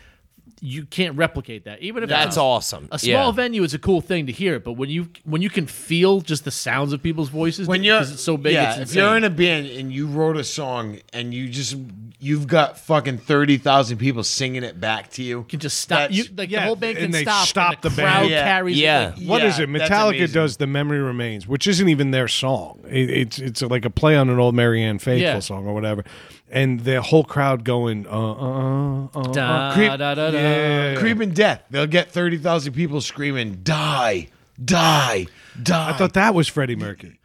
D: you can't replicate that, even if it's
C: That's
D: not-
C: awesome.
D: A small
C: yeah.
D: venue is a cool thing to hear, but when you when you can feel just the sounds of people's voices
B: when you're
D: because it's so big,
B: yeah,
D: it's
B: if you're in
D: insane.
B: a band and you wrote a song and you just you've got fucking thirty thousand people singing it back to you.
D: can just stop.
B: That's-
D: You, like
A: yeah,
D: the whole band
A: and
D: can
A: they
D: stop.
A: stop
D: and the,
A: the band.
D: crowd
B: Yeah.
D: carries.
C: Yeah.
D: It, like,
A: What
B: Yeah,
A: is it?
B: that's
A: Metallica
B: amazing.
A: does "The Memory Remains," which isn't even their song. It, it's it's like a play on an old Marianne Faithful
D: Yeah.
A: song or whatever, and the whole crowd going uh uh uh, uh.
D: da,
B: creep-
D: da, da, da.
A: Yeah.
B: Creeping death. They'll get thirty thousand people screaming, "Die, die, die!"
A: I thought that was Freddie Mercury.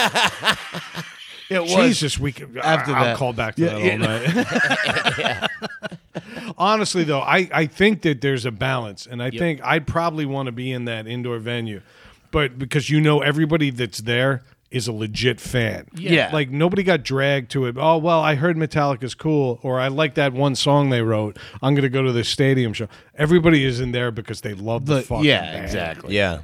B: it was.
A: Jesus, we could,
B: After
A: I, I'll
B: that.
A: call back to
B: Yeah,
A: that all night. Honestly, though, I, I think that there's a balance, and I think I'd probably want to be in that indoor venue, but because you know everybody that's there is a legit fan.
B: Yeah.
A: like nobody got dragged to it. Oh well, I heard Metallica's cool, or I like that one song they wrote. I'm gonna go to the stadium show. Everybody is in there because they love the,
B: The-
A: fucking
B: yeah,
A: band.
B: exactly.
C: Yeah.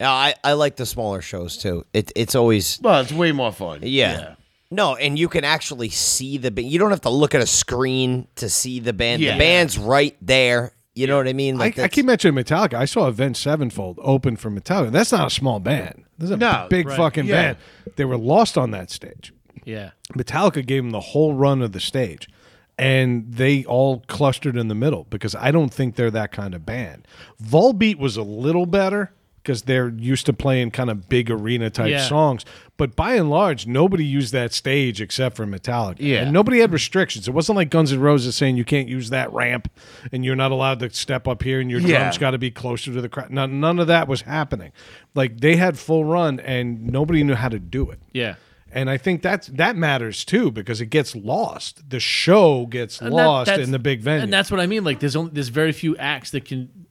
C: Now, I, I like the smaller shows too. It, it's always
B: Well, it's way more fun.
C: yeah. No, and you can actually see the band. You don't have to look at a screen to see the band.
B: Yeah.
C: The band's right there. You know what I mean?
A: I, I
C: that's-
A: keep mentioning Metallica. I saw Event Sevenfold open for Metallica. That's not a small band. This is a
B: No,
A: big
B: right.
A: fucking
B: Yeah.
A: band. They were lost on that stage.
D: yeah.
A: Metallica gave them the whole run of the stage, and they all clustered in the middle because I don't think they're that kind of band. Volbeat was a little better because they're used to playing kind of big arena type
D: Yeah.
A: songs, but by and large, nobody used that stage except for Metallica.
B: Yeah.
A: and nobody had restrictions. It wasn't like Guns N' Roses saying you can't use that ramp and you're not allowed to step up here and your
B: Yeah.
A: drums got to be closer to the crowd. None, none of that was happening. Like they had full run and nobody knew how to do it.
D: Yeah.
A: And I think that's that matters too because it gets lost. The show gets
D: And that-
A: lost
D: that's-
A: in the big venue.
D: and that's what I mean. Like there's only there's very few acts that can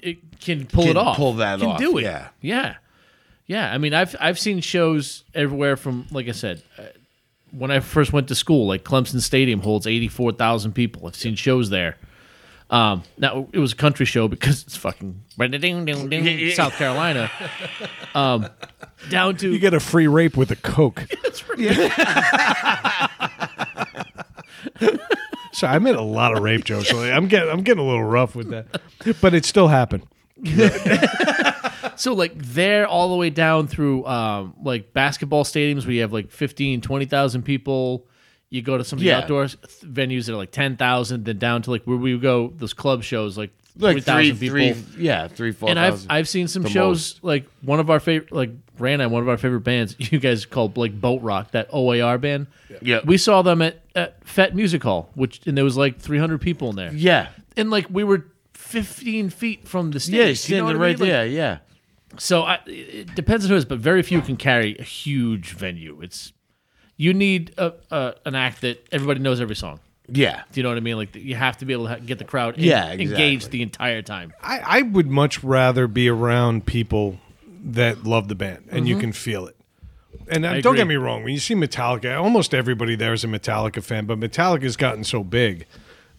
D: it can pull
B: Can
D: it off.
B: pull that
D: can
B: off,
D: Do it.
B: yeah.
D: Yeah. Yeah. I mean, I've I've seen shows everywhere from like I said. Uh, when I first went to school, like Clemson Stadium holds eighty four thousand people. I've seen shows there. Um, now it was a country show because it's fucking South Carolina. Um, down to
A: you get a free rape with a coke. so I made a lot of rape jokes. lately. I'm getting I'm getting a little rough with that, but it still happened.
D: So like there all the way down through um like basketball stadiums where you have like 15, 20,000 people. You go to some of the
B: Yeah.
D: outdoor s- venues that are like 10,000, then down to like where we go those club shows like,
B: like three,
D: 3,000
B: three,
D: people.
B: yeah, three, four.
D: and I've I've seen some shows like one of our favorite like Ran and one of our favorite bands you guys called like Boat Rock that OAR band.
B: Yeah.
D: We saw them at, at Fett Music Hall, which and there was like 300 people in there.
B: yeah,
D: And like we were 15 feet from the stage.
B: yeah,
D: you
B: sitting
D: know what I
B: right
D: mean? Like,
B: there. yeah,
D: so I, it depends on who it is, but very few can carry a huge venue. It's you need a, a an act that everybody knows every song.
B: yeah.
D: Do you know what I mean? Like you have to be able to ha- get the crowd en-
B: Yeah, exactly.
D: engaged the entire time.
A: I, I would much rather be around people that love the band and you can feel it. And uh, don't
D: Mm-hmm. agree.
A: get me wrong, when you see Metallica, almost everybody there is a Metallica fan, but Metallica's gotten so big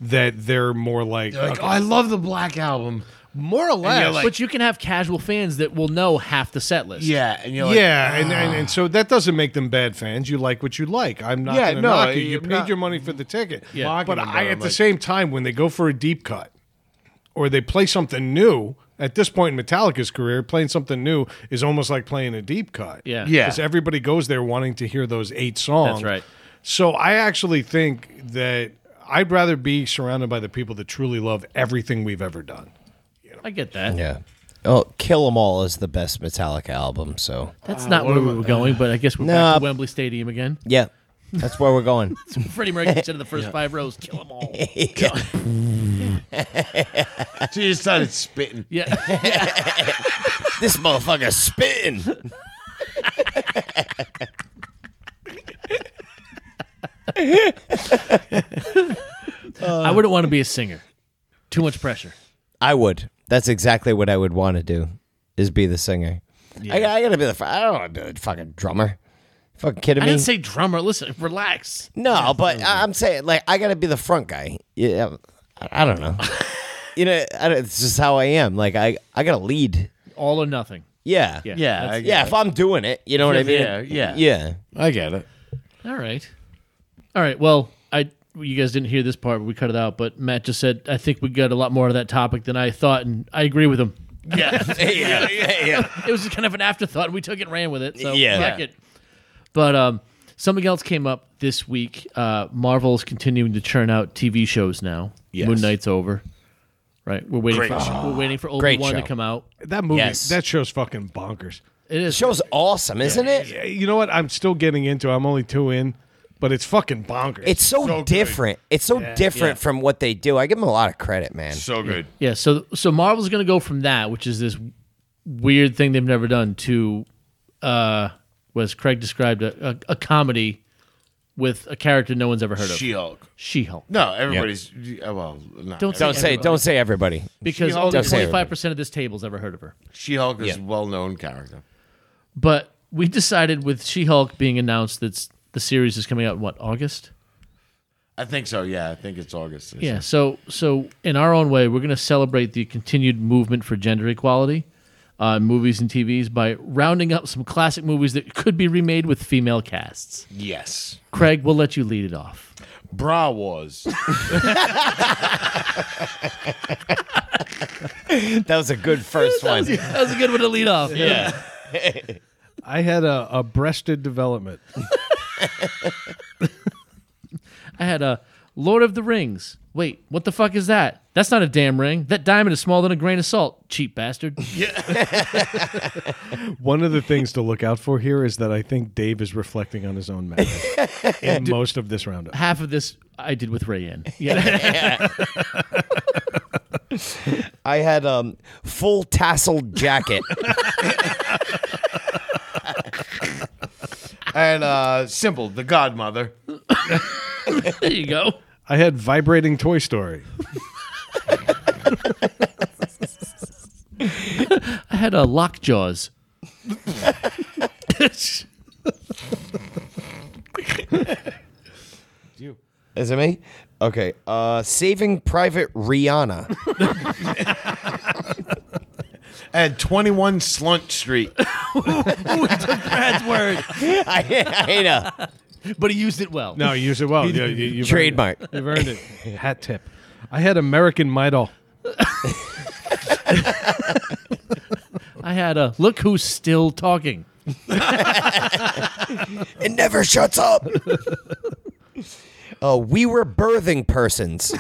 A: that they're more like,
B: They're like, oh, I love the Black Album.
D: "Oh,
A: more or less.
B: like-
D: but you can have casual fans that will know half the set list.
B: Yeah, and you're
A: But-
B: like, "Ah."
A: yeah, and, and, and so that doesn't make them bad fans. You like what you like. I'm not
B: Yeah,
A: gonna
B: no,
A: knock you.
B: I-
A: You
B: I'm
A: paid
B: not
A: your money for the ticket.
D: Yeah.
B: mocking
A: But
B: them,
A: I,
B: I'm
A: at the
B: like-
A: same time, when they go for a deep cut or they play something new, at this point in Metallica's career, playing something new is almost like playing a deep cut.
D: Yeah.
B: Yeah.
A: Because everybody goes there wanting to hear those eight songs.
D: That's right.
A: So I actually think that I'd rather be surrounded by the people that truly love everything we've ever done.
D: I get that.
C: Yeah. Oh, Kill 'Em All is the best Metallica album. So
D: That's
B: Uh,
D: not where we were going, but I guess we're
C: Nah.
D: back to Wembley Stadium again.
C: yeah, that's where we're going.
D: Freddie Mercury instead of the first five rows, kill them all.
B: so you started spitting.
D: Yeah,
C: this motherfucker spitting.
D: I wouldn't want to be a singer. Too much pressure.
C: I would. That's exactly what I would want to do, is be the singer. I, I gotta be the. fr- I don't want to be the fucking drummer. Fucking kidding
D: I
C: me?
D: didn't say drummer. Listen, relax.
C: no, but I- I'm saying like I gotta be the front guy. Yeah, I I don't know. you know, I don't, it's just how I am. Like I, I gotta lead.
D: All or nothing.
C: Yeah,
D: Yeah.
B: Yeah,
D: that's-
B: I
C: yeah. If I'm doing it, you know what I mean.
B: Yeah, yeah.
C: yeah.
B: I get it.
D: All right. All right. Well, I you guys didn't hear this part, but we cut it out. But Matt just said, I think we got a lot more of that topic than I thought, and I agree with him. Yeah.
C: yeah, yeah, yeah.
D: it was kind of an afterthought. and We took it and ran with it. So
C: Yeah.
D: fuck it. But um, something else came up this week. Uh, Marvel is continuing to churn out TV shows now.
B: Yes.
D: Moon Knight's over. Right. We're waiting for we're waiting for Obi
C: Great
D: Wan to
C: show.
D: come out.
A: That movie,
C: Yes.
A: that show's fucking bonkers.
D: It is.
C: Show's awesome, isn't it?
A: Yeah, Eh, You know what? I'm still getting into. it. I'm only two in, but it's fucking bonkers.
C: It's so,
B: So good.
C: different. It's so different
B: Yeah.
C: from what they do. I give them a lot of credit, man.
B: So good.
D: Yeah, so so Marvel's going to go from that, which is this weird thing they've never done, to uh, was Craig described a, a, a comedy with a character no one's ever heard of,
B: She Hulk.
D: She-Hulk.
B: No, everybody's. uh, Well, not
D: Don't
C: Don't say, don't say everybody.
D: because
B: She-Hulk
D: only
C: Don't say
D: twenty five percent of this table's ever heard of her.
B: She Hulk is a well known character.
D: But we decided with She-Hulk being announced that the series is coming out in what August.
B: I think so. Yeah, I think it's August. this
D: Yeah, so so in our own way, we're going to celebrate the continued movement for gender equality, uh, in movies and TVs by rounding up some classic movies that could be remade with female casts.
B: year. Yes.
D: Craig, we'll let you lead it off.
B: Bra Wars.
C: That was a good first one.
D: That was a good one to lead off. Yeah.
A: I had a, a breasted development.
D: I had a Lord of the Rings. Wait, what the fuck is that? That's not a damn ring. That diamond is smaller than a grain of salt. Cheap bastard.
A: One of the things to look out for here is that I think Dave is reflecting on his own matter in most of this roundup.
D: Half of this I did with Rayanne. Yeah.
C: I had um full tasseled jacket.
B: and uh, Simple, the Godmother.
D: There you go.
A: I had vibrating Toy Story.
D: I had a lockjaws.
C: is it me? Okay. Uh, Saving Private Rihanna.
B: And 21 Slunt Street.
D: Brad's word.
C: I, I know.
D: But he used it well.
A: No, use it well. You, you, you've
C: Trademark.
A: Earned it. You've earned it. Hat tip. I had American Idol.
D: I had a look who's still talking.
C: It never shuts up. Uh, we were birthing persons.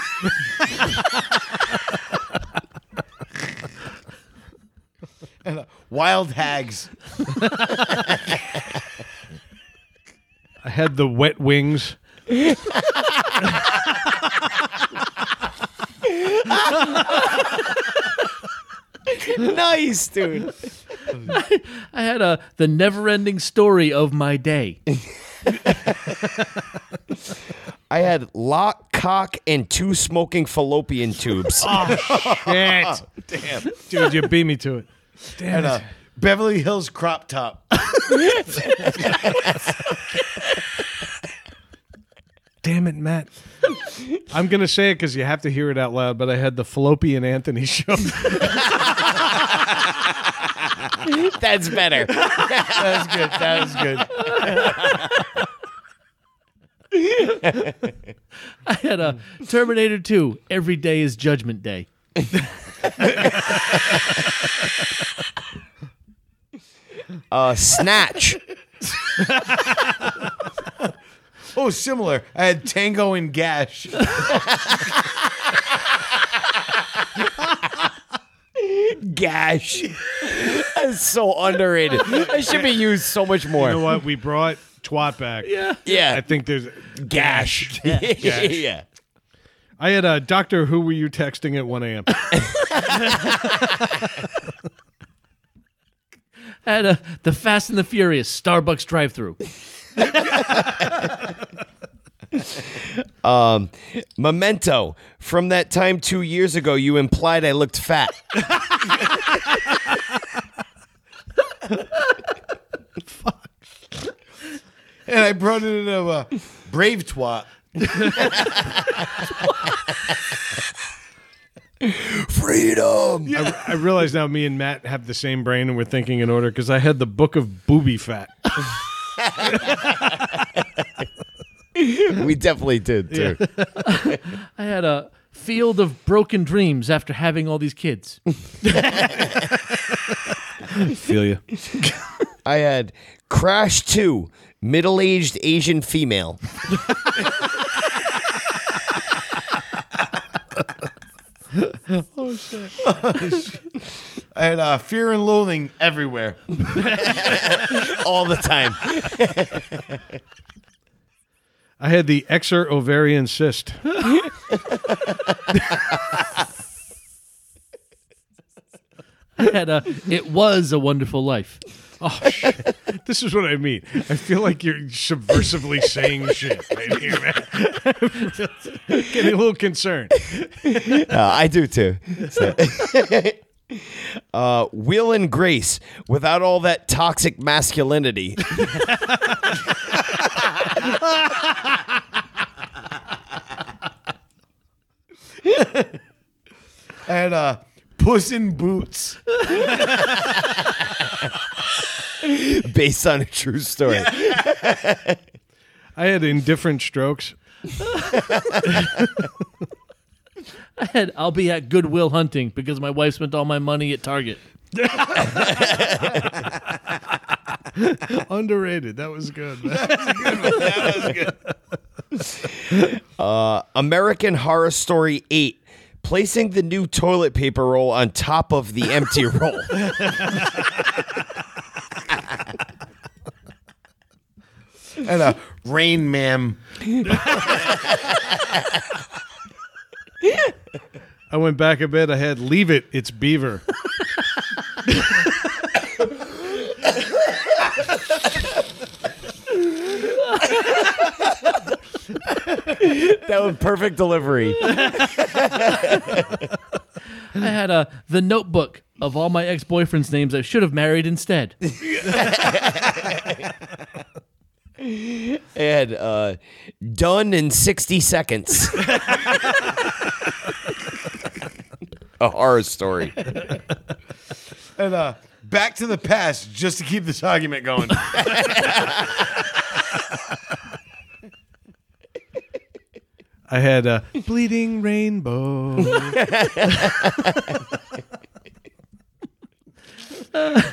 B: Wild Hags.
A: I had the wet wings.
C: nice, dude.
D: I had a the never-ending story of my day.
C: I had lock, cock, and two smoking fallopian tubes. Oh,
A: Shit.
B: Damn.
A: Dude, you beat me to it.
B: And uh, Beverly Hills Crop Top.
A: Damn it, Matt. I'm going to say it because you have to hear it out loud, but I had the Fallopian Anthony show.
C: That's better.
B: That was good. That was good.
D: I had a Terminator 2. Every day is Judgment Day.
C: Uh, snatch.
B: Oh, similar. I had Tango and Gash.
C: Gash. That's so underrated. That should be used so much more.
A: You know what? We brought twat back. Yeah. I
C: yeah.
A: think there's.
C: Gash. Yeah.
A: I had a doctor. Who were you texting at 1 a.m.?
D: I had a the Fast and the Furious Starbucks drive-through.
C: Um, memento. From that time two years ago, you implied I looked fat.
B: and I brought it into a uh, brave twat.
C: Freedom.
A: I realize now me and Matt have the same brain and we're thinking in order because I had the book of booby fat.
C: We definitely did too.
D: I had a field of broken dreams after having all these kids.
A: Feel you.
C: I had Crash Two, middle-aged Asian female.
B: I had uh, fear and loathing everywhere.
C: all the time.
A: I had the exer ovarian cyst.
D: I had a. It was a wonderful life.
A: Oh shit! this is what I mean. I feel like you're subversively saying shit right here, man. Getting a little concerned.
C: Uh, I do too. So- uh, Will and Grace, without all that toxic masculinity.
B: I had uh, puss in boots.
C: based on a true story.
A: I had indifferent strokes.
D: I had. I'll be at Goodwill hunting because my wife spent all my money at Target.
A: Underrated. That was good. man.
C: American Horror Story 8 placing the new toilet paper roll on top of the empty roll.
B: And a rain ma'am.
A: I went back a bit. I had leave it. It's beaver.
C: that was perfect delivery.
D: I had a. The notebook of all my ex boyfriends' names I should have married instead.
C: And uh, done in 60 seconds. a horror story.
B: And uh, back to the past just to keep this argument going.
A: I had a bleeding rainbow.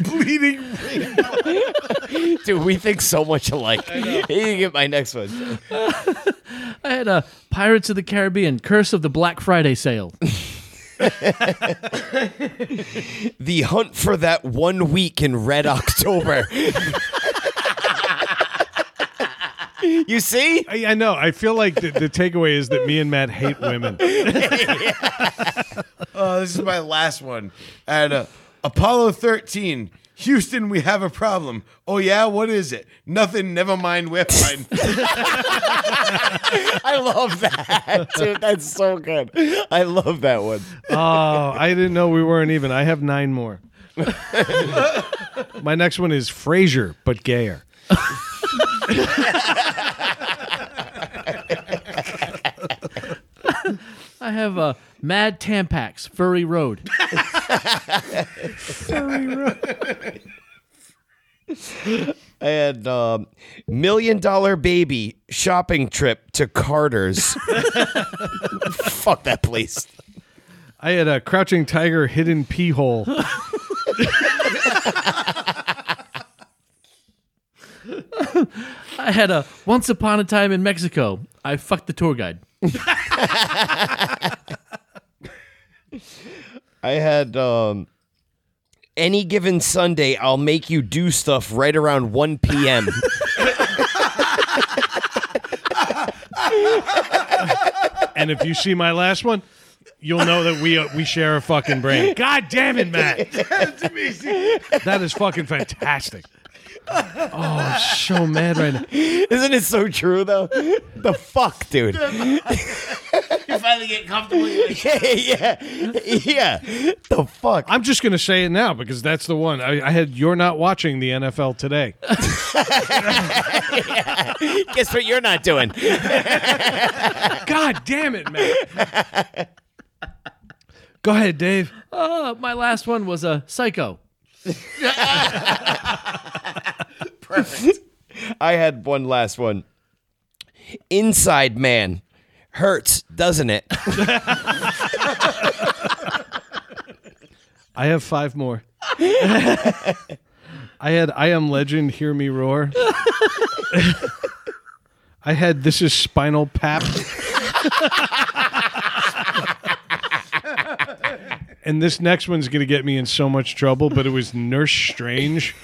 B: Bleeding rain.
C: Dude, we think so much alike. You can get my next one.
D: I had a Pirates of the Caribbean Curse of the Black Friday sale.
C: The hunt for that one week in Red October. you see?
A: I, I know. I feel like the, the takeaway is that me and Matt hate women.
B: Oh, this is my last one. At uh, Apollo 13, Houston, we have a problem. Oh, yeah? What is it? Nothing. Never mind. We're fine.
C: I love that, dude. That's so good. I love that one.
A: Oh, I didn't know we weren't even. I have nine more. My next one is Frasier, but gayer.
D: I have a Mad Tampax Furry Road.
C: I had um, million dollar baby shopping trip to Carter's. Fuck that place.
A: I had a crouching tiger, hidden pee hole.
D: I had a Once Upon a Time in Mexico. I fucked the tour guide.
C: I had um, any given Sunday, I'll make you do stuff right around 1 p.m.
A: And if you see my last one, you'll know that we uh, we share a fucking brain. God damn it, Matt! That's amazing. That is fucking fantastic. Oh, I'm so mad right now.
C: Isn't it so true though? the fuck, dude.
D: You finally get comfortable. You're like,
C: yeah, yeah, yeah. The fuck.
A: I'm just gonna say it now because that's the one. I, I had you're not watching the NFL today.
C: Guess what you're not doing?
A: God damn it, man. Go ahead, Dave.
D: oh, my last one was a psycho.
C: I had one last one. Inside man hurts, doesn't it?
A: I have five more. I had I am legend, hear me roar. I had this is spinal pap. and this next one's gonna get me in so much trouble, but it was Nurse Strange.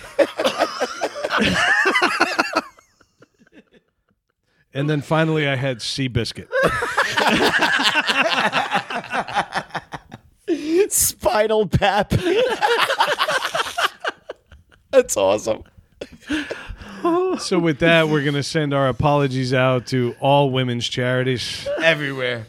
A: and then finally I had Seabiscuit.
C: Spinal pap. That's awesome.
A: So with that, we're gonna send our apologies out to all women's charities.
B: Everywhere.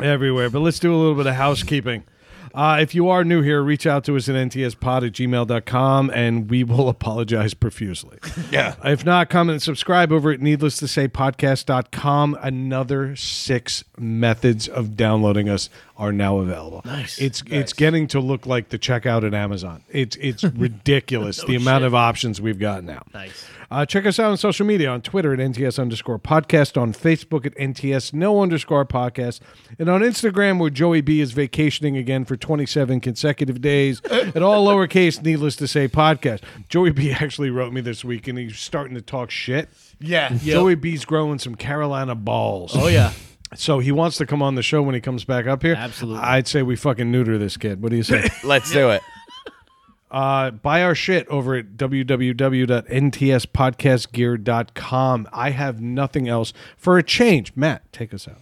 A: everywhere. But let's do a little bit of housekeeping. Uh, if you are new here, reach out to us at ntspod at gmail.com and we will apologize profusely.
B: Yeah.
A: If not, comment and subscribe over at needless to say podcast.com. Another six methods of downloading us are now available. Nice. It's it's getting to look like the checkout at Amazon. It's it's ridiculous the amount of options we've got now.
D: Nice.
A: Uh, check us out on social media on Twitter at NTS underscore podcast, on Facebook at NTS no underscore podcast, and on Instagram where Joey B is vacationing again for 27 consecutive days at all lowercase, needless to say, podcast. Joey B actually wrote me this week and he's starting to talk shit.
B: Yeah.
A: Joey B's growing some Carolina balls.
D: Oh yeah.
A: So he wants to come on the show when he comes back up here.
D: Absolutely.
A: I'd say we fucking neuter this kid. What do you say?
C: Let's do it.
A: Uh, buy our shit over at www.ntspodcastgear.com. I have nothing else for a change. Matt, take us out.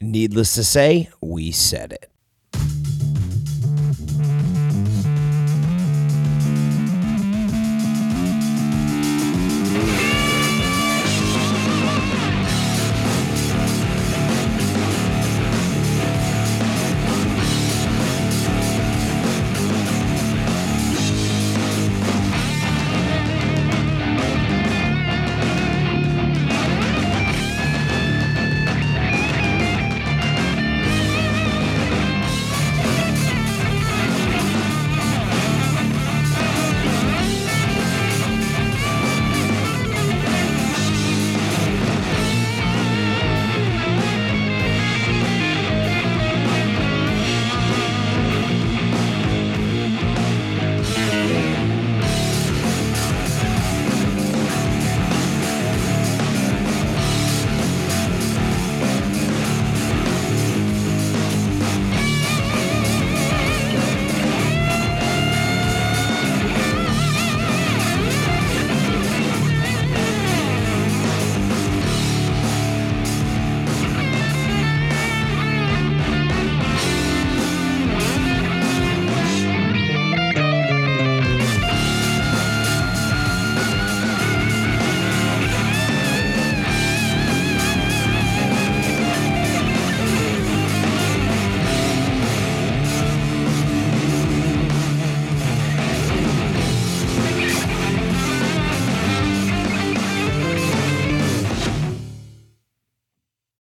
C: Needless to say, we said it.